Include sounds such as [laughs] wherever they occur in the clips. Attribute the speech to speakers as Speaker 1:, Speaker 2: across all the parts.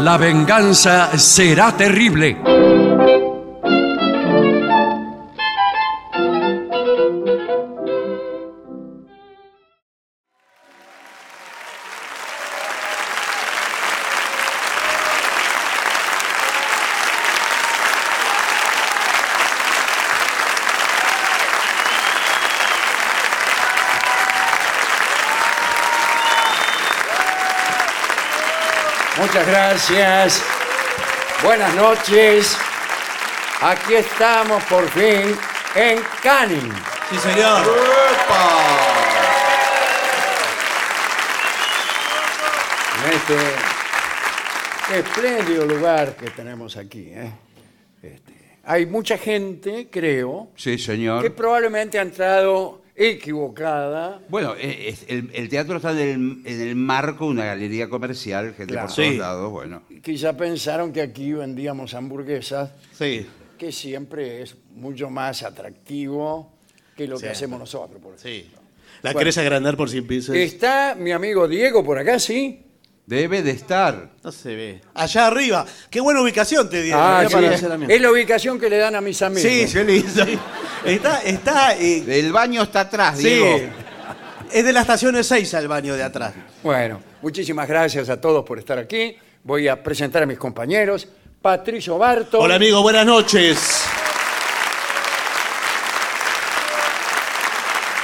Speaker 1: La venganza será terrible.
Speaker 2: Muchas gracias. Buenas noches. Aquí estamos por fin en Canning.
Speaker 3: Sí, señor.
Speaker 2: en este espléndido lugar que tenemos aquí. ¿eh? Este, hay mucha gente, creo,
Speaker 4: Sí,
Speaker 2: que
Speaker 4: señor.
Speaker 2: probablemente ha entrado equivocada.
Speaker 4: Bueno, eh, es- el, el teatro está en el, en el marco de una galería comercial, gente
Speaker 2: Claro.
Speaker 4: por todos
Speaker 3: Sí.
Speaker 4: lados, bueno.
Speaker 2: Quizá pensaron que aquí vendíamos hamburguesas,
Speaker 3: Sí.
Speaker 2: que siempre es mucho más atractivo que lo que
Speaker 3: Sí.
Speaker 2: hacemos nosotros. Por ejemplo.
Speaker 3: Sí. ¿La
Speaker 2: Bueno.
Speaker 3: querés agrandar por 100 pisos?
Speaker 2: Está mi amigo Diego por acá, ¿sí?
Speaker 4: Debe de estar.
Speaker 3: No se ve. Allá arriba. Qué buena ubicación te dieron.
Speaker 2: Ah,
Speaker 3: Mirá
Speaker 2: sí.
Speaker 3: para hacer la mía.
Speaker 2: Es la ubicación que le dan a mis amigos.
Speaker 3: Sí, yo le hice. Está, está. eh,
Speaker 4: El baño está atrás,
Speaker 3: sí.
Speaker 4: Diego.
Speaker 3: Es de la estación 6 al baño de atrás.
Speaker 2: Bueno, muchísimas gracias a todos por estar aquí. Voy a presentar a mis compañeros. Patricio Barto.
Speaker 3: Hola, amigo, buenas noches.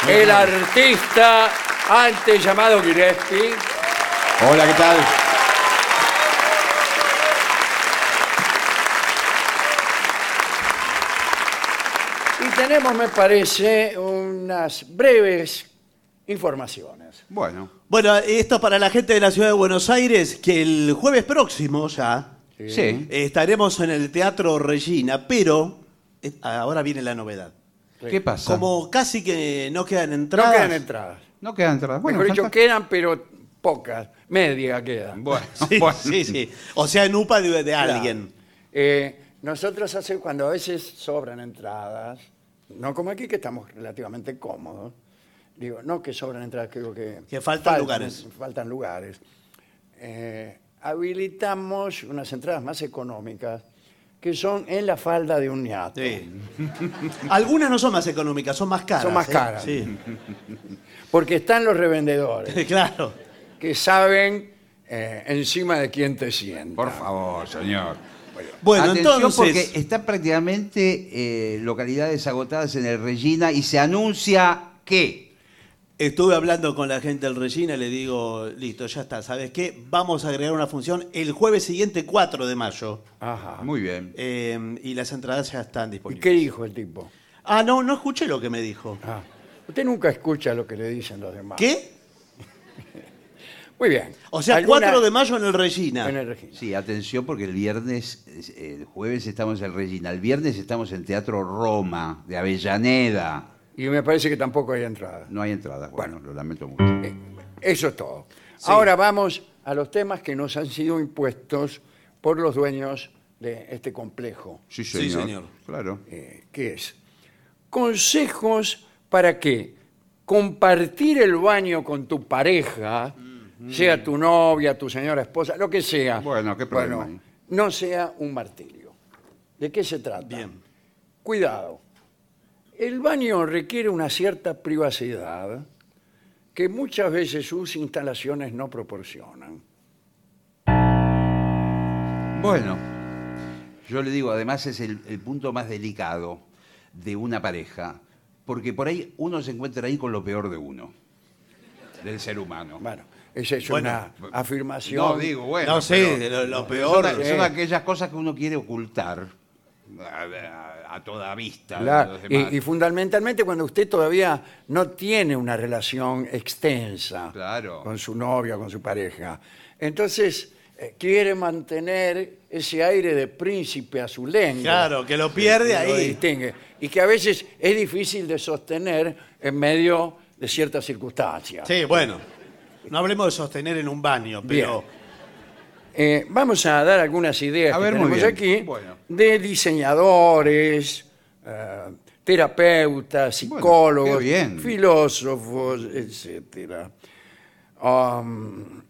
Speaker 2: El artista antes llamado Gillespie.
Speaker 4: Hola, ¿qué tal?
Speaker 2: Y tenemos, me parece, unas breves informaciones.
Speaker 4: Bueno,
Speaker 3: Bueno, esto es para la gente de la ciudad de Buenos Aires, que el jueves próximo ya
Speaker 4: sí.
Speaker 3: eh, estaremos en el Teatro Regina, pero eh, ahora viene la novedad.
Speaker 4: ¿Qué pasa?
Speaker 3: Como casi que no quedan
Speaker 2: No
Speaker 3: entradas.
Speaker 2: quedan entradas.
Speaker 4: No quedan entradas. Bueno,
Speaker 2: Mejor dicho,
Speaker 4: fanta-
Speaker 2: quedan, pero pocas. Media quedan.
Speaker 4: [laughs] Bueno,
Speaker 3: Sí,
Speaker 4: bueno.
Speaker 3: sí, sí. O sea, en UPA de, de alguien.
Speaker 2: Eh, nosotros hace cuando a veces sobran entradas, no como aquí que estamos relativamente cómodos, digo, no que sobran entradas, que digo que...
Speaker 3: Que faltan lugares.
Speaker 2: Faltan lugares. Eh, habilitamos unas entradas más económicas que son en la falda de un ñato.
Speaker 3: Sí. Algunas no son más económicas, son más caras.
Speaker 2: Son más
Speaker 3: ¿eh?
Speaker 2: caras.
Speaker 3: Sí, [laughs]
Speaker 2: Porque están los revendedores
Speaker 3: claro.
Speaker 2: que saben eh, encima de quién te sientas.
Speaker 4: Por favor, señor.
Speaker 3: Bueno,
Speaker 4: Atención
Speaker 3: entonces.
Speaker 4: porque está prácticamente eh, localidades agotadas en el Regina y se anuncia que
Speaker 3: Estuve hablando con la gente del Regina y le digo, listo, ya está, ¿sabes qué? Vamos a agregar una función el jueves siguiente, 4 de mayo. Ah.
Speaker 2: Ajá.
Speaker 4: muy bien.
Speaker 3: Eh, y las entradas ya están
Speaker 2: ¿Y qué
Speaker 3: disponibles.
Speaker 2: dijo el tipo?
Speaker 3: Ah, no, no escuché lo que me dijo.
Speaker 2: Ah, usted nunca escucha lo que le dicen los demás.
Speaker 3: ¿Qué?
Speaker 2: Muy bien.
Speaker 3: O sea,
Speaker 2: ¿Alguna-
Speaker 3: 4 de mayo en el Regina.
Speaker 2: en el registro?
Speaker 4: Sí, atención porque el viernes, es- el jueves estamos en el Regina, el viernes estamos en Teatro Roma de Avellaneda.
Speaker 2: Y me parece que tampoco hay entrada.
Speaker 4: No hay entradas, bueno, lo lamento mucho.
Speaker 2: Eh, Eso es todo. Ahora vamos a los temas que nos han sido impuestos por los dueños de este complejo,
Speaker 4: Sí,
Speaker 3: Sí,
Speaker 4: señor.
Speaker 3: señor.
Speaker 4: Claro.
Speaker 2: eh, que es consejos para que compartir el baño con tu pareja, sea tu novia, tu señora esposa, lo que sea,
Speaker 4: Bueno, qué problema
Speaker 2: bueno,
Speaker 4: hay.
Speaker 2: no sea un martirio. ¿De qué se trata?
Speaker 3: Bien.
Speaker 2: Cuidado. El baño requiere una cierta privacidad que muchas veces sus instalaciones no proporcionan.
Speaker 4: Bueno, yo le digo, además es el, el punto más delicado de una pareja, porque por ahí uno se encuentra ahí con lo peor de uno, del ser humano.
Speaker 2: Bueno, esa es
Speaker 3: Bueno,
Speaker 2: una afirmación.
Speaker 4: No, digo, bueno.
Speaker 3: no sé,
Speaker 4: pero
Speaker 3: lo, lo
Speaker 4: son,
Speaker 3: peor.
Speaker 4: a-
Speaker 2: sí.
Speaker 4: son aquellas cosas que uno quiere ocultar a, a- a toda vista. de
Speaker 2: Claro,
Speaker 4: los demás.
Speaker 2: y, y fundamentalmente cuando usted todavía no tiene una relación extensa
Speaker 4: Claro.
Speaker 2: con su novia, con su pareja. Entonces, eh, quiere mantener ese aire de príncipe a su lengua.
Speaker 3: Claro, que lo pierde
Speaker 2: que lo
Speaker 3: ahí.
Speaker 2: distingue. Y que a veces es difícil de sostener en medio de ciertas circunstancias.
Speaker 3: Sí, bueno. No hablemos de sostener en un baño, pero.
Speaker 2: Bien. Eh, vamos a dar algunas ideas
Speaker 4: A
Speaker 2: que
Speaker 4: ver, muy
Speaker 2: tenemos
Speaker 4: bien.
Speaker 2: aquí
Speaker 4: Bueno.
Speaker 2: de diseñadores, eh, terapeutas,
Speaker 4: Bueno,
Speaker 2: psicólogos,
Speaker 4: qué bien.
Speaker 2: filósofos, etcétera. Um,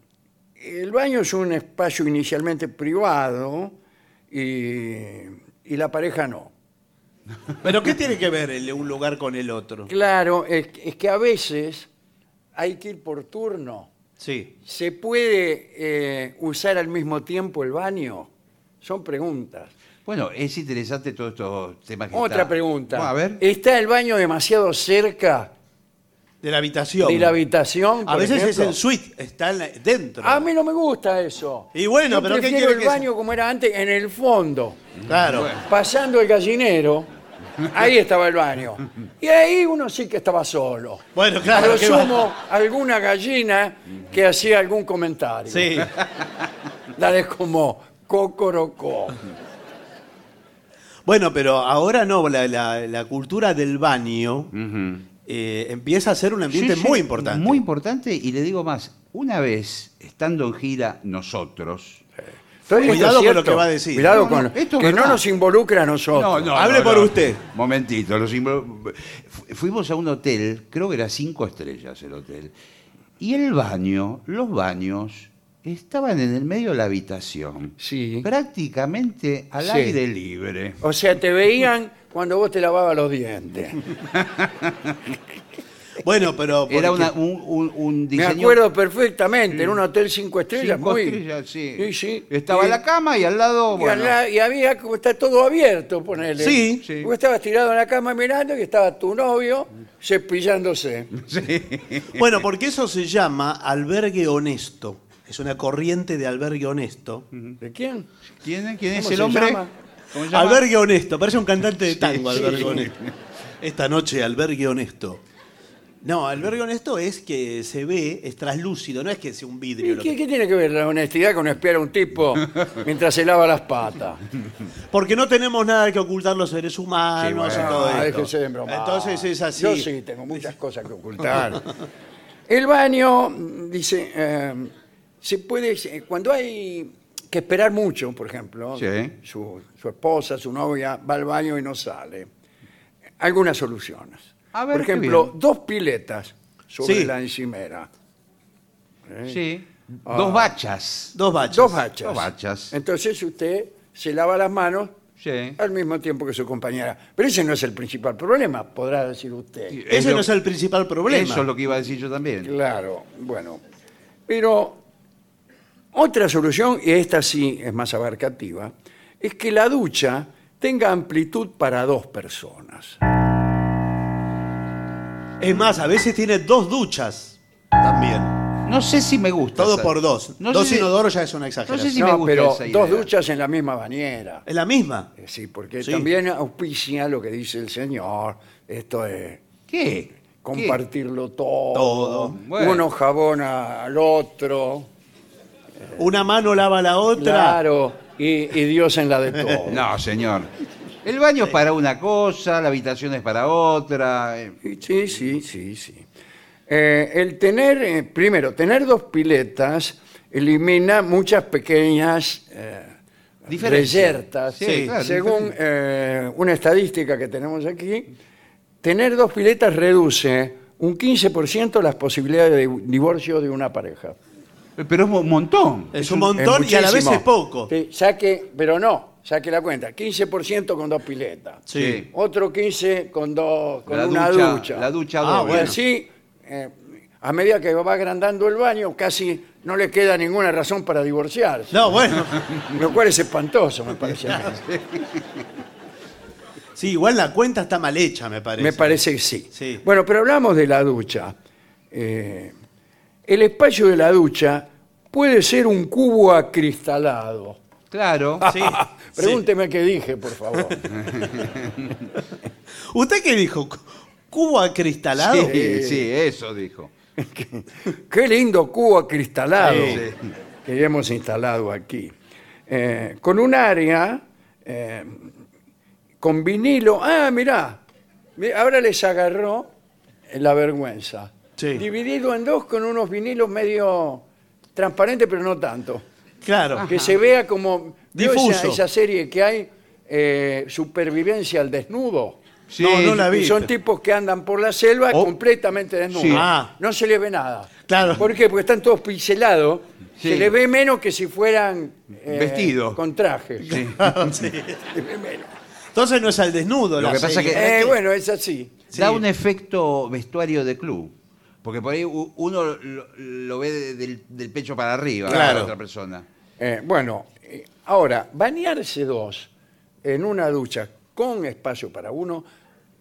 Speaker 2: el baño es un espacio inicialmente privado y, y la pareja no.
Speaker 3: ¿Pero qué tiene que ver el, un lugar con el otro?
Speaker 2: Claro, es, es que a veces hay que ir por turno.
Speaker 3: Sí.
Speaker 2: ¿Se puede eh, usar al mismo tiempo el baño? Son preguntas.
Speaker 4: Bueno, es interesante todos estos temas que
Speaker 2: Otra
Speaker 4: está-
Speaker 2: pregunta. Eh,
Speaker 4: Bueno, a ver.
Speaker 2: ¿Está el baño demasiado cerca
Speaker 3: De la habitación.
Speaker 2: de la habitación?
Speaker 3: A
Speaker 2: por
Speaker 3: veces es
Speaker 2: ejemplo? Ah,
Speaker 3: en suite, está en la- dentro.
Speaker 2: A mí no me gusta eso.
Speaker 3: Y bueno,
Speaker 2: Yo
Speaker 3: pero ¿qué
Speaker 2: prefiero
Speaker 3: quiere
Speaker 2: el
Speaker 3: que sea?
Speaker 2: baño como era antes, en el fondo.
Speaker 3: Claro.
Speaker 2: Pasando el gallinero, ahí estaba el baño. Y ahí uno sí que estaba solo.
Speaker 3: Bueno,
Speaker 2: A
Speaker 3: claro.
Speaker 2: lo
Speaker 3: ¿qué va?
Speaker 2: sumo, alguna gallina que hacía algún comentario.
Speaker 3: Sí.
Speaker 2: Dale como cocorocó.
Speaker 3: Bueno, pero ahora no, la, la- la cultura del baño
Speaker 4: Ujú.
Speaker 3: eh, empieza a ser un ambiente
Speaker 4: Sí, sí,
Speaker 3: muy importante.
Speaker 4: Muy importante, y le digo más, una vez estando en gira nosotros...
Speaker 2: Pero esto es
Speaker 3: Cuidado con lo
Speaker 2: cierto.
Speaker 3: que va a decir.
Speaker 2: Cuidado
Speaker 4: No,
Speaker 2: con
Speaker 4: no, esto es
Speaker 2: que no
Speaker 4: verdad.
Speaker 2: nos involucra a nosotros.
Speaker 3: Hable por usted.
Speaker 4: Momentito, los invo- fu- fuimos a un hotel, creo que era cinco estrellas el hotel, y el baño, los baños, estaban en el medio de la habitación,
Speaker 2: Sí.
Speaker 4: prácticamente al
Speaker 2: Sí.
Speaker 4: aire libre.
Speaker 2: O sea, te veían cuando vos te lavabas los dientes.
Speaker 4: [laughs]
Speaker 3: Bueno, pero.
Speaker 4: Era
Speaker 3: porque-
Speaker 4: una- un, un- un
Speaker 2: Oh, Me
Speaker 4: diseño...
Speaker 2: acuerdo perfectamente, en un hotel cinco estrellas.
Speaker 4: cinco
Speaker 2: muy-
Speaker 4: estrellas, sí.
Speaker 2: Sí, sí.
Speaker 4: Estaba
Speaker 2: Y-
Speaker 4: la cama y al lado...
Speaker 2: y
Speaker 4: bueno,
Speaker 2: al la- Y, había como está todo abierto, ponele.
Speaker 3: Sí,
Speaker 4: sí.
Speaker 2: Vos estabas tirado en la cama mirando y estaba tu novio cepillándose.
Speaker 3: Bueno, porque eso se llama albergue honesto. Es una corriente de albergue honesto.
Speaker 2: ¿De quién?
Speaker 4: ¿Quién, quién es
Speaker 2: ¿Cómo
Speaker 4: el
Speaker 2: se
Speaker 4: hombre?
Speaker 2: llama?
Speaker 4: ¿Cómo se llama?
Speaker 3: Albergue honesto, parece un cantante de tango,
Speaker 4: sí.
Speaker 3: albergue honesto. Esta noche, albergue honesto. No, albergue honesto es que se ve, es traslúcido, no es que sea un vidrio.
Speaker 2: ¿Y
Speaker 3: lo
Speaker 2: ¿Qué,
Speaker 3: que-
Speaker 2: qué tiene que ver la honestidad con espiar a un tipo mientras se lava las patas?
Speaker 3: Porque no tenemos nada que ocultar los seres humanos
Speaker 4: Sí, bueno.
Speaker 3: y todo
Speaker 2: Ah,
Speaker 3: esto.
Speaker 2: déjese de bromar.
Speaker 3: Entonces es así.
Speaker 2: Yo sí tengo muchas cosas que ocultar. El baño, mm, dice, eh, se puede, eh, cuando hay que esperar mucho, por ejemplo,
Speaker 4: Sí.
Speaker 2: su, su esposa, su novia va al baño y no sale. Algunas soluciones.
Speaker 4: A ver,
Speaker 2: por
Speaker 4: qué
Speaker 2: ejemplo,
Speaker 4: bien.
Speaker 2: dos piletas sobre
Speaker 3: Sí.
Speaker 2: la encimera. ¿Eh?
Speaker 4: Sí. Dos bachas.
Speaker 3: Dos bachas.
Speaker 2: Dos bachas.
Speaker 4: Dos bachas.
Speaker 2: Entonces usted se lava las manos
Speaker 4: Sí.
Speaker 2: al mismo tiempo que su compañera. Pero ese no es el principal problema, podrá decir usted.
Speaker 3: Ese
Speaker 4: lo-
Speaker 3: no es el principal problema.
Speaker 4: Eso es lo que iba a decir yo también.
Speaker 2: Claro, bueno. Pero otra solución, y esta sí es más abarcativa, es que la ducha tenga amplitud para dos personas.
Speaker 3: Es más, a veces tiene dos duchas también.
Speaker 4: No sé si me gusta.
Speaker 3: Todo
Speaker 4: esa-
Speaker 3: por dos.
Speaker 4: No
Speaker 3: dos
Speaker 4: sé si-
Speaker 3: inodoros ya es una exageración.
Speaker 4: No sé si- Sí me
Speaker 2: no,
Speaker 4: gusta
Speaker 2: pero
Speaker 4: esa idea.
Speaker 2: dos duchas en la misma bañera.
Speaker 3: Es la misma.
Speaker 2: Eh, Sí, porque
Speaker 3: Sí.
Speaker 2: también auspicia lo que dice el señor, esto es
Speaker 4: ¿Qué?
Speaker 2: compartirlo todo,
Speaker 3: Todo,
Speaker 4: bueno.
Speaker 2: uno jabona al otro,
Speaker 3: Una mano lava la otra.
Speaker 2: claro, y, y Dios en la de
Speaker 4: [laughs]
Speaker 2: todos.
Speaker 4: ¿Qué? No, señor. El baño es para una cosa, la habitación es para otra. eh.
Speaker 2: Sí, Sí, sí, sí, sí. Eh, el tener, eh, primero, tener dos piletas elimina muchas pequeñas eh,
Speaker 4: Diferencias.
Speaker 2: reyertas.
Speaker 4: Sí, claro,
Speaker 2: Según eh, una estadística que tenemos aquí, tener dos piletas reduce un 15% las posibilidades de divorcio de una pareja.
Speaker 4: Pero es un montón.
Speaker 3: Es un montón y a la vez
Speaker 2: muchísimo.
Speaker 3: es poco.
Speaker 2: Sí, saque, pero no, saque la cuenta, 15% con dos piletas.
Speaker 3: Sí.
Speaker 2: Otro 15 con dos, con
Speaker 4: La
Speaker 2: una
Speaker 4: ducha,
Speaker 2: ducha.
Speaker 4: la ducha
Speaker 3: Ah,
Speaker 4: doble.
Speaker 2: Y
Speaker 3: Bueno.
Speaker 2: así, eh, a medida que va agrandando el baño, casi no le queda ninguna razón para
Speaker 3: [laughs]
Speaker 2: divorciarse.
Speaker 3: No, bueno.
Speaker 2: Lo cual es espantoso, me parece. a mí.
Speaker 3: Sí, igual la cuenta está mal hecha, me parece.
Speaker 2: me parece que sí.
Speaker 3: Sí.
Speaker 2: Bueno, pero hablamos de la ducha. Eh, el espacio de la ducha puede ser un cubo acristalado.
Speaker 4: Claro.
Speaker 2: [laughs]
Speaker 3: Sí.
Speaker 2: ah, Pregúnteme qué dije, por favor.
Speaker 3: sí. ¿Usted qué dijo? ¿Cubo acristalado?
Speaker 4: Sí, sí, eso dijo.
Speaker 2: Qué lindo cubo acristalado
Speaker 4: Sí.
Speaker 2: que hemos instalado aquí. Eh, con un área eh, con vinilo. Ah, mirá, mi- ahora les agarró la vergüenza.
Speaker 3: Sí.
Speaker 2: Dividido en dos con unos vinilos medio transparentes, pero no tanto.
Speaker 3: Claro.
Speaker 2: Que se vea como ¿vio esa,
Speaker 3: Difuso.
Speaker 2: esa serie que hay, eh, Supervivencia al Desnudo.
Speaker 4: Sí,
Speaker 3: No, no la vi.
Speaker 2: Y son tipos que andan por la selva
Speaker 4: Oh.
Speaker 2: completamente desnudos.
Speaker 4: Sí.
Speaker 3: Ah.
Speaker 2: No se les ve nada.
Speaker 3: Claro.
Speaker 2: ¿Por qué? Porque están todos pincelados.
Speaker 4: Sí.
Speaker 2: Se les ve menos que si fueran eh,
Speaker 4: Vestidos.
Speaker 2: Con traje.
Speaker 4: Sí.
Speaker 3: Ah, Sí. Entonces no es al desnudo.
Speaker 4: Lo
Speaker 3: la
Speaker 4: que pasa
Speaker 3: serie.
Speaker 2: [laughs]
Speaker 4: que-
Speaker 2: Eh,
Speaker 3: Es
Speaker 2: bueno, es así.
Speaker 3: Sí.
Speaker 4: Da un efecto vestuario de club. Porque por ahí u- uno lo, lo ve de- del, del pecho para arriba
Speaker 3: Claro.
Speaker 4: a la otra persona.
Speaker 2: Eh, bueno, eh, ahora, bañarse dos en una ducha con espacio para uno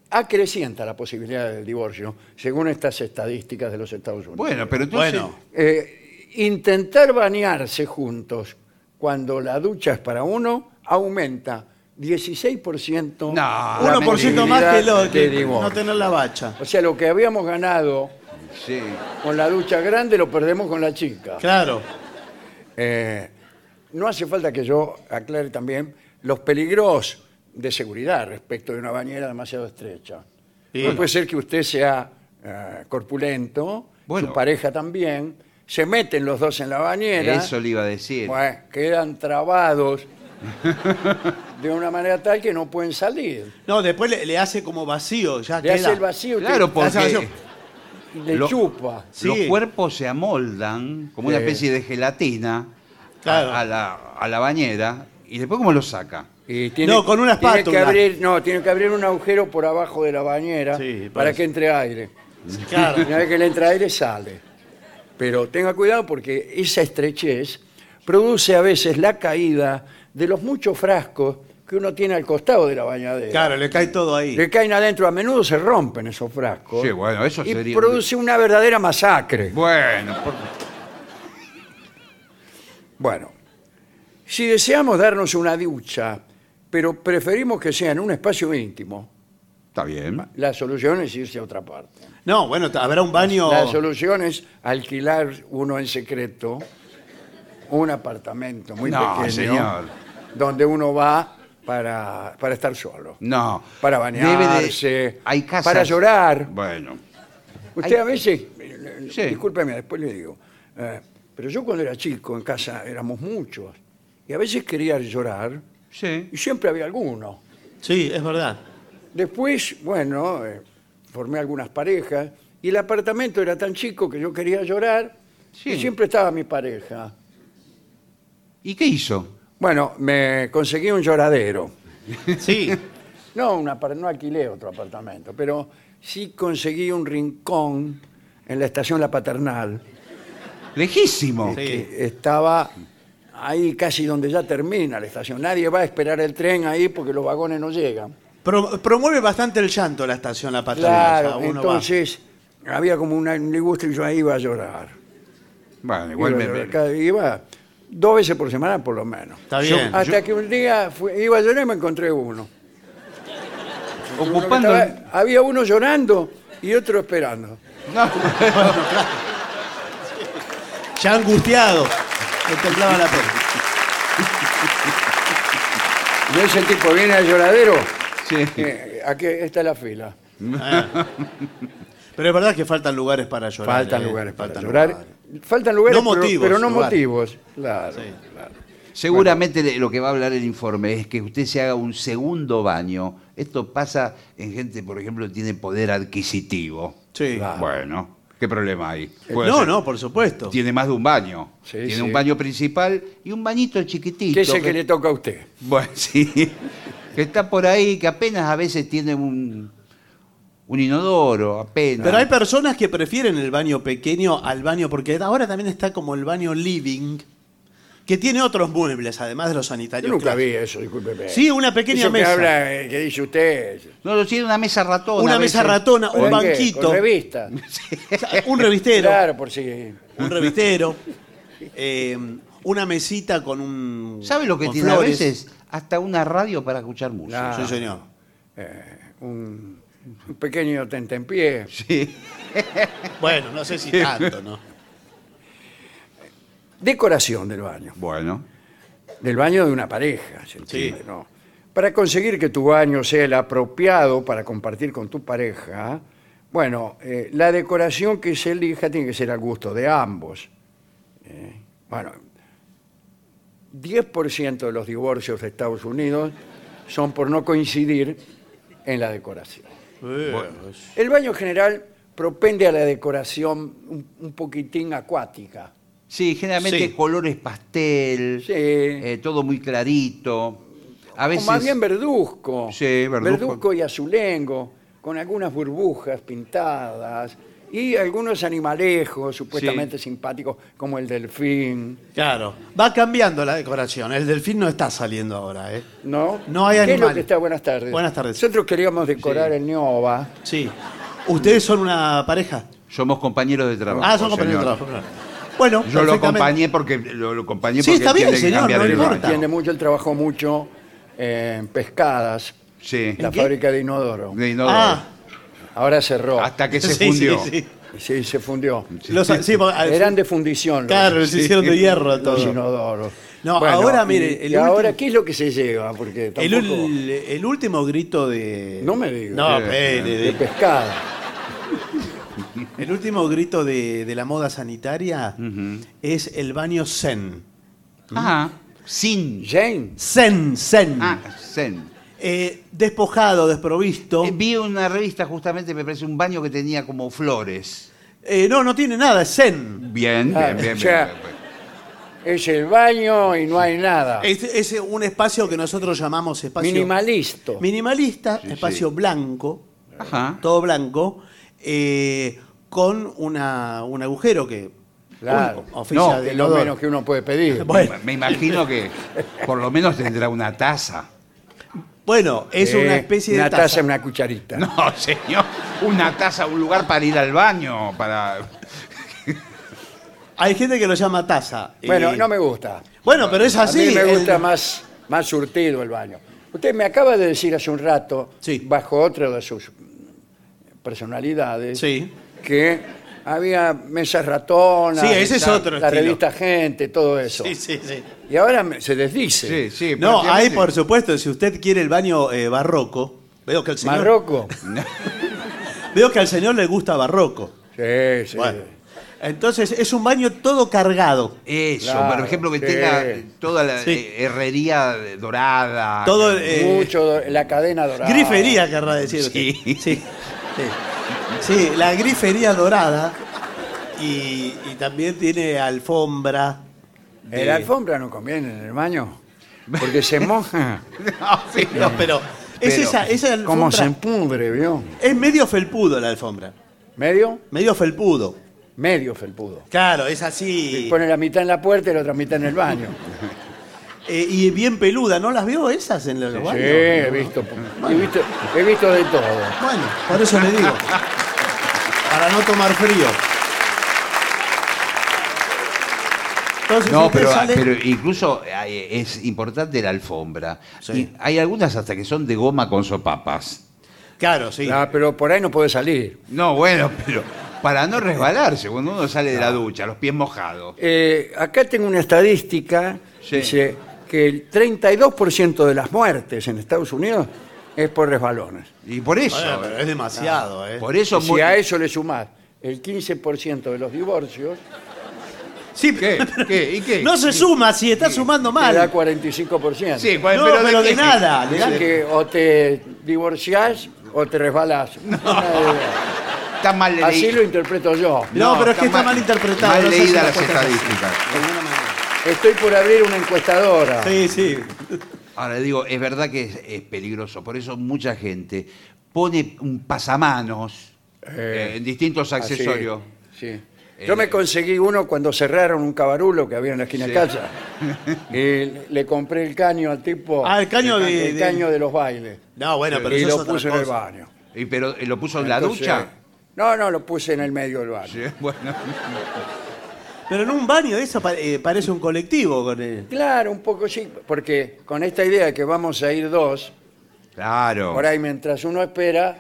Speaker 2: acrecienta la posibilidad del divorcio, según estas estadísticas de los Estados Unidos.
Speaker 4: Bueno, pero entonces.
Speaker 3: Bueno.
Speaker 2: Eh, intentar bañarse juntos cuando la ducha es para uno aumenta 16%
Speaker 4: No,
Speaker 2: la
Speaker 3: 1% más que lo
Speaker 2: posibilidad
Speaker 3: que
Speaker 2: de divorcio.
Speaker 3: no tener la bacha.
Speaker 2: O sea, lo que habíamos ganado
Speaker 4: Sí.
Speaker 2: con la ducha grande lo perdemos con la chica.
Speaker 3: Claro.
Speaker 2: Eh, no hace falta que yo aclare también los peligros de seguridad respecto de una bañera demasiado estrecha.
Speaker 3: Sí.
Speaker 2: No puede ser que usted sea eh, corpulento,
Speaker 4: Bueno.
Speaker 2: su pareja también, se meten los dos en la bañera,
Speaker 4: Eso le iba a decir.
Speaker 2: bueno, Pues, quedan
Speaker 4: [laughs]
Speaker 2: trabados de una manera tal que no pueden salir.
Speaker 3: No, después le, le hace como vacío. Ya
Speaker 2: Le hace
Speaker 3: queda.
Speaker 2: el vacío, usted
Speaker 4: Ah, Claro,
Speaker 3: Hace
Speaker 4: porque
Speaker 3: vacío.
Speaker 2: le
Speaker 4: lo-
Speaker 2: chupa.
Speaker 3: Sí.
Speaker 4: los cuerpos se amoldan como una
Speaker 2: Sí.
Speaker 4: especie de gelatina a-
Speaker 3: Claro.
Speaker 4: a, la, a la bañera. ¿Y después cómo lo saca?
Speaker 2: Y tiene-
Speaker 3: No, con una
Speaker 2: tiene
Speaker 3: espátula.
Speaker 2: que abrir, no, tiene que abrir un agujero por abajo de la bañera
Speaker 3: Sí,
Speaker 2: para
Speaker 3: parece.
Speaker 2: que entre aire.
Speaker 3: Claro.
Speaker 2: Una vez que le entra aire, sale. Pero tenga cuidado porque esa estrechez produce a veces la caída de los muchos frascos que uno tiene al costado de la bañadera.
Speaker 3: Claro, le cae todo ahí.
Speaker 2: Que caen adentro, a menudo se rompen esos frascos.
Speaker 4: Sí, bueno, eso
Speaker 2: y
Speaker 4: sería-
Speaker 2: produce una verdadera masacre.
Speaker 4: Bueno, por-
Speaker 2: Bueno, si deseamos darnos una ducha, pero preferimos que sea en un espacio íntimo,
Speaker 4: está bien.
Speaker 2: la solución es irse a otra parte.
Speaker 3: No, bueno, t- habrá un baño.
Speaker 2: La solución es alquilar uno en secreto un apartamento muy
Speaker 4: No,
Speaker 2: pequeño
Speaker 4: señor.
Speaker 2: donde uno va para, para estar solo,
Speaker 4: No.
Speaker 2: para
Speaker 4: Debe de-
Speaker 2: bañarse,
Speaker 4: hay casas.
Speaker 2: para llorar.
Speaker 4: Bueno.
Speaker 2: Usted
Speaker 4: hay-
Speaker 2: a veces,
Speaker 4: Sí.
Speaker 2: discúlpeme, después le digo, eh, pero yo cuando era chico en casa éramos muchos y a veces quería llorar
Speaker 4: Sí.
Speaker 2: y siempre había alguno.
Speaker 3: Sí, es verdad.
Speaker 2: Después, bueno, eh, formé algunas parejas y el apartamento era tan chico que yo quería llorar
Speaker 4: Sí.
Speaker 2: y siempre estaba mi pareja.
Speaker 4: ¿Y qué hizo?
Speaker 2: Bueno, me conseguí un lloradero. [laughs]
Speaker 3: Sí.
Speaker 2: No, un apar- no alquilé otro apartamento, pero sí conseguí un rincón en la estación La Paternal.
Speaker 4: Lejísimo.
Speaker 3: Sí.
Speaker 2: que estaba ahí casi donde ya termina la estación. Nadie va a esperar el tren ahí porque los vagones no llegan.
Speaker 3: Pro- promueve bastante el llanto la estación La Patria.
Speaker 2: Claro, entonces había como una- un disgusto y yo ahí iba a llorar.
Speaker 4: Bueno, igual
Speaker 2: iba,
Speaker 4: me-
Speaker 2: a llorar. Cada- iba dos veces por semana por lo menos.
Speaker 3: Está bien.
Speaker 4: Yo-
Speaker 2: Hasta que un día fui- iba a llorar y me encontré uno. Uno que
Speaker 4: ocupando. [laughs]
Speaker 2: estaba- había uno llorando y otro esperando.
Speaker 3: Ya angustiado. Le temblaba la piel.
Speaker 2: Y ese tipo viene al lloradero.
Speaker 4: Sí.
Speaker 2: eh, aquí está la fila.
Speaker 3: [laughs] Pero es verdad que faltan lugares para llorar.
Speaker 2: Faltan
Speaker 3: eh,
Speaker 2: lugares para
Speaker 3: faltan
Speaker 2: llorar.
Speaker 3: lugares.
Speaker 2: Faltan lugares,
Speaker 3: No
Speaker 2: pero-
Speaker 3: motivos,
Speaker 2: pero, no
Speaker 3: lugares.
Speaker 2: motivos. Claro.
Speaker 3: Sí.
Speaker 4: Seguramente le- lo que va a hablar el informe es que usted se haga un segundo baño. Esto pasa en gente, por ejemplo, que tiene poder adquisitivo.
Speaker 3: Sí.
Speaker 2: Claro.
Speaker 4: Bueno, ¿qué problema hay? Puede
Speaker 3: Eh, No,
Speaker 4: ser.
Speaker 3: no, por supuesto.
Speaker 4: Tiene más de un baño.
Speaker 2: Sí,
Speaker 4: tiene
Speaker 2: sí.
Speaker 4: un baño principal y un bañito chiquitito.
Speaker 2: ¿Qué es el que le toca a usted?
Speaker 4: Bueno, [laughs] sí. Que está por ahí, que apenas a veces tiene un, un inodoro, apenas.
Speaker 3: Pero hay personas que prefieren el baño pequeño al baño, porque ahora también está como el baño living, que tiene otros muebles, además de los sanitarios.
Speaker 2: Yo nunca
Speaker 3: clásicos.
Speaker 2: vi eso, discúlpeme.
Speaker 3: Sí, una pequeña
Speaker 2: Eso
Speaker 3: mesa.
Speaker 2: Que, habla, eh, que dice usted.
Speaker 4: No, lo tiene una mesa ratona.
Speaker 3: Una
Speaker 4: a veces.
Speaker 3: mesa ratona, un
Speaker 2: ¿Para qué?
Speaker 3: banquito,
Speaker 2: Con revista.
Speaker 3: o sea, [laughs] un revistero,
Speaker 2: Claro, por si.
Speaker 3: un revistero, eh, una mesita con un.
Speaker 4: ¿Sabe lo que
Speaker 3: con
Speaker 4: tiene a
Speaker 3: flores.
Speaker 4: veces? Hasta una radio para escuchar música.
Speaker 2: Ah.
Speaker 3: Sí, señor.
Speaker 2: Un, un pequeño tentempié.
Speaker 4: Sí.
Speaker 3: Bueno, no sé si tanto, ¿no?
Speaker 2: Decoración del baño.
Speaker 4: Bueno.
Speaker 2: Del baño de una pareja, se entiende, ¿no? Para conseguir que tu baño sea el apropiado para compartir con tu pareja, bueno, eh, la decoración que se elija tiene que ser al gusto de ambos. Eh, bueno, 10% de los divorcios de Estados Unidos son por no coincidir en la decoración.
Speaker 3: Bueno,
Speaker 2: El baño en general propende a la decoración un, un poquitín acuática.
Speaker 4: Sí, generalmente
Speaker 3: Sí.
Speaker 4: colores pastel,
Speaker 2: Sí.
Speaker 4: eh, todo muy clarito. A
Speaker 2: O
Speaker 4: veces.
Speaker 2: más bien verduzco.
Speaker 4: Sí, verduzco.
Speaker 2: y azulengo, con algunas burbujas pintadas y algunos animalejos supuestamente simpáticos, como el delfín,
Speaker 3: Claro. Va cambiando la decoración. El delfín no está saliendo ahora, ¿eh?
Speaker 2: ¿no?
Speaker 3: No hay
Speaker 2: ¿Qué es lo
Speaker 3: animal.
Speaker 2: que está? Buenas tardes.
Speaker 3: Buenas tardes.
Speaker 2: Nosotros queríamos decorar el Neova.
Speaker 3: Sí. ¿Ustedes son una pareja?
Speaker 4: Somos compañeros de trabajo.
Speaker 3: Ah, son compañeros de
Speaker 4: señor.
Speaker 3: trabajo. claro. Bueno,
Speaker 4: Yo lo
Speaker 3: perfectamente.
Speaker 4: acompañé porque lo, lo acompañé
Speaker 3: Sí,
Speaker 4: porque
Speaker 3: está bien,
Speaker 4: tiene que
Speaker 3: señor,
Speaker 4: cambiar
Speaker 3: no
Speaker 4: el
Speaker 3: importa.
Speaker 4: baño.
Speaker 2: Tiene mucho, él trabajó mucho eh, en pescadas,
Speaker 4: Sí.
Speaker 2: la
Speaker 3: qué?
Speaker 2: fábrica de inodoro.
Speaker 4: Y no-
Speaker 3: Ah,
Speaker 2: Ahora cerró.
Speaker 4: Hasta
Speaker 3: [laughs]
Speaker 4: que se
Speaker 3: sí, sí,
Speaker 4: fundió.
Speaker 3: sí.
Speaker 2: Sí, se fundió.
Speaker 3: Los- Ah, sí, porque al-
Speaker 2: Eran de fundición. los-
Speaker 3: Claro, los hicieron de hierro
Speaker 2: los
Speaker 3: todo.
Speaker 2: inodoros.
Speaker 3: No, ahora, mire,
Speaker 2: y-
Speaker 3: el
Speaker 2: y ahora
Speaker 3: último-
Speaker 2: qué es lo que se lleva? Porque
Speaker 3: El,
Speaker 2: tampoco
Speaker 3: ul- el último grito de.
Speaker 2: No me diga.
Speaker 3: No,
Speaker 4: Sí,
Speaker 3: pere,
Speaker 4: sí.
Speaker 2: de
Speaker 3: de-
Speaker 2: pescado.
Speaker 3: el último grito de, de la moda sanitaria
Speaker 4: Mm.
Speaker 3: es el baño Zen.
Speaker 4: Ah, sin.
Speaker 2: Jane,
Speaker 3: Zen, Zen.
Speaker 4: Ah, zen.
Speaker 3: Eh, despojado, desprovisto.
Speaker 4: Eh, Vi una revista justamente, me parece un baño que tenía como flores.
Speaker 3: Eh, no, no tiene nada, es Zen.
Speaker 4: Bien,
Speaker 2: Ah,
Speaker 4: bien, bien.
Speaker 2: o sea,
Speaker 4: bien, bien.
Speaker 2: es el baño y no hay nada.
Speaker 3: Es, es un espacio que nosotros llamamos espacio.
Speaker 2: Minimalista.
Speaker 3: Minimalista,
Speaker 4: Sí,
Speaker 3: espacio
Speaker 4: sí.
Speaker 3: blanco,
Speaker 4: Ajá.
Speaker 3: todo blanco, eh, con una, un agujero que
Speaker 2: Claro.
Speaker 3: o- oficia
Speaker 4: No,
Speaker 3: de
Speaker 2: de lo
Speaker 3: olor.
Speaker 2: menos que uno puede pedir.
Speaker 3: Bueno,
Speaker 4: Me imagino que por lo menos tendrá una taza. [laughs]
Speaker 3: bueno, [laughs] es
Speaker 2: Eh,
Speaker 3: una especie
Speaker 2: una
Speaker 3: de
Speaker 2: taza,
Speaker 3: taza.
Speaker 2: una cucharita.
Speaker 4: No, señor. Una taza, un lugar para ir al baño, para.
Speaker 3: Hay gente que lo llama taza. y-
Speaker 2: Bueno, no me gusta.
Speaker 3: Bueno, pero es así.
Speaker 2: a mí me
Speaker 3: Ah, el-
Speaker 2: gusta más, más surtido el baño. Usted me acaba de decir hace un rato,
Speaker 3: Sí.
Speaker 2: bajo otra de sus personalidades,
Speaker 3: Sí.
Speaker 2: que había mesas ratonas,
Speaker 3: Sí, ese es
Speaker 2: la-
Speaker 3: otro
Speaker 2: la
Speaker 3: estilo.
Speaker 2: revista Gente, todo eso.
Speaker 3: Sí, sí, sí.
Speaker 2: Y ahora me- se desdice.
Speaker 4: Sí, sí.
Speaker 3: No, hay
Speaker 4: prácticamente.
Speaker 3: por supuesto, si usted quiere el baño eh, barroco, veo que al señor [laughs]
Speaker 2: Marroco.
Speaker 3: veo que al señor le gusta barroco.
Speaker 2: Sí, sí.
Speaker 3: Bueno. Entonces es un baño todo cargado.
Speaker 4: Eso,
Speaker 2: Claro,
Speaker 4: por ejemplo, que
Speaker 2: sí.
Speaker 4: tenga toda la
Speaker 3: Sí.
Speaker 4: eh, herrería dorada.
Speaker 3: Todo
Speaker 4: que-
Speaker 3: eh,
Speaker 2: Mucho, do- la cadena dorada.
Speaker 3: grifería querrá decir. usted.
Speaker 4: Ah, Sí.
Speaker 3: Sí. sí. Sí, la grifería dorada y, y también tiene alfombra. de-
Speaker 2: Eh, La alfombra no conviene en el baño, porque
Speaker 3: [laughs]
Speaker 2: se moja.
Speaker 4: [laughs] No, sí,
Speaker 3: No, pero es
Speaker 4: Pero,
Speaker 3: esa, esa alfombra.
Speaker 2: Como se empudre, ¿vio?
Speaker 3: Es medio felpudo la alfombra.
Speaker 2: ¿Medio?
Speaker 3: Medio felpudo.
Speaker 2: Medio felpudo.
Speaker 3: Claro, es así.
Speaker 2: Pone la mitad en la puerta y la otra mitad en el
Speaker 4: [laughs]
Speaker 2: baño.
Speaker 3: Eh, y bien peluda. ¿No las veo esas en los
Speaker 2: Sí,
Speaker 3: baños?
Speaker 2: he visto, he visto. He visto de todo.
Speaker 3: Bueno, por eso le digo. Para no tomar frío. Entonces,
Speaker 4: No,
Speaker 3: usted
Speaker 4: pero,
Speaker 3: sale-
Speaker 4: pero incluso eh, es importante la alfombra.
Speaker 3: Sí.
Speaker 4: Y hay algunas hasta que son de goma con sopapas.
Speaker 3: Claro, sí.
Speaker 2: Ah, pero por ahí no puede salir.
Speaker 4: No, bueno, pero para no resbalarse cuando uno sale de la ducha, los pies mojados.
Speaker 2: Eh, acá tengo una estadística
Speaker 4: Sí.
Speaker 2: dice que el 32% de las muertes en Estados Unidos es por resbalones.
Speaker 4: Y por eso,
Speaker 3: Bueno, pero es demasiado, ¿eh?
Speaker 4: por eso
Speaker 2: si
Speaker 4: muy-
Speaker 2: a eso le sumás el 15% de los divorcios,
Speaker 3: Sí,
Speaker 4: ¿Qué? ¿Qué? ¿Y qué?
Speaker 3: No se suma si está sumando
Speaker 2: te da
Speaker 3: mal.
Speaker 2: 45%.
Speaker 4: Sí,
Speaker 3: No,
Speaker 4: bueno,
Speaker 3: pero de
Speaker 4: qué?
Speaker 3: nada. le
Speaker 2: Dice
Speaker 3: da-
Speaker 2: que o te divorciás o te resbalás.
Speaker 4: Está mal leída.
Speaker 2: Así lo interpreto yo.
Speaker 3: No, pero es que está mal interpretado.
Speaker 4: Mal
Speaker 3: no sé si
Speaker 4: leída
Speaker 3: la
Speaker 4: las
Speaker 3: cuenta es así.
Speaker 4: estadísticas.
Speaker 2: Estoy por abrir una encuestadora.
Speaker 3: Sí, sí.
Speaker 4: Ahora digo, es verdad que es, es peligroso, por eso mucha gente pone un pasamanos
Speaker 2: Eh,
Speaker 4: eh, en distintos
Speaker 2: Así,
Speaker 4: accesorios.
Speaker 2: sí.
Speaker 4: Eh,
Speaker 2: Yo me conseguí uno cuando cerraron un cabarulo que había en la esquina de
Speaker 4: Sí. [laughs]
Speaker 2: casa. Y le compré el caño al tipo.
Speaker 3: Ah, el caño
Speaker 2: el
Speaker 3: de- de-
Speaker 2: caño de los bailes.
Speaker 3: No, bueno, pero
Speaker 2: y
Speaker 3: eso es
Speaker 2: lo
Speaker 3: otra
Speaker 2: puse en el
Speaker 3: cosa.
Speaker 2: baño.
Speaker 4: Y pero eh, lo puso en la
Speaker 2: Entonces,
Speaker 4: ducha.
Speaker 2: No, no, lo puse en el medio del baño.
Speaker 4: Sí, [laughs] bueno.
Speaker 3: Pero en un baño eso pa- eh, parece un colectivo. Con el-
Speaker 2: Claro, un poco sí, porque con esta idea de que vamos a ir dos,
Speaker 4: Claro.
Speaker 2: por ahí mientras uno espera,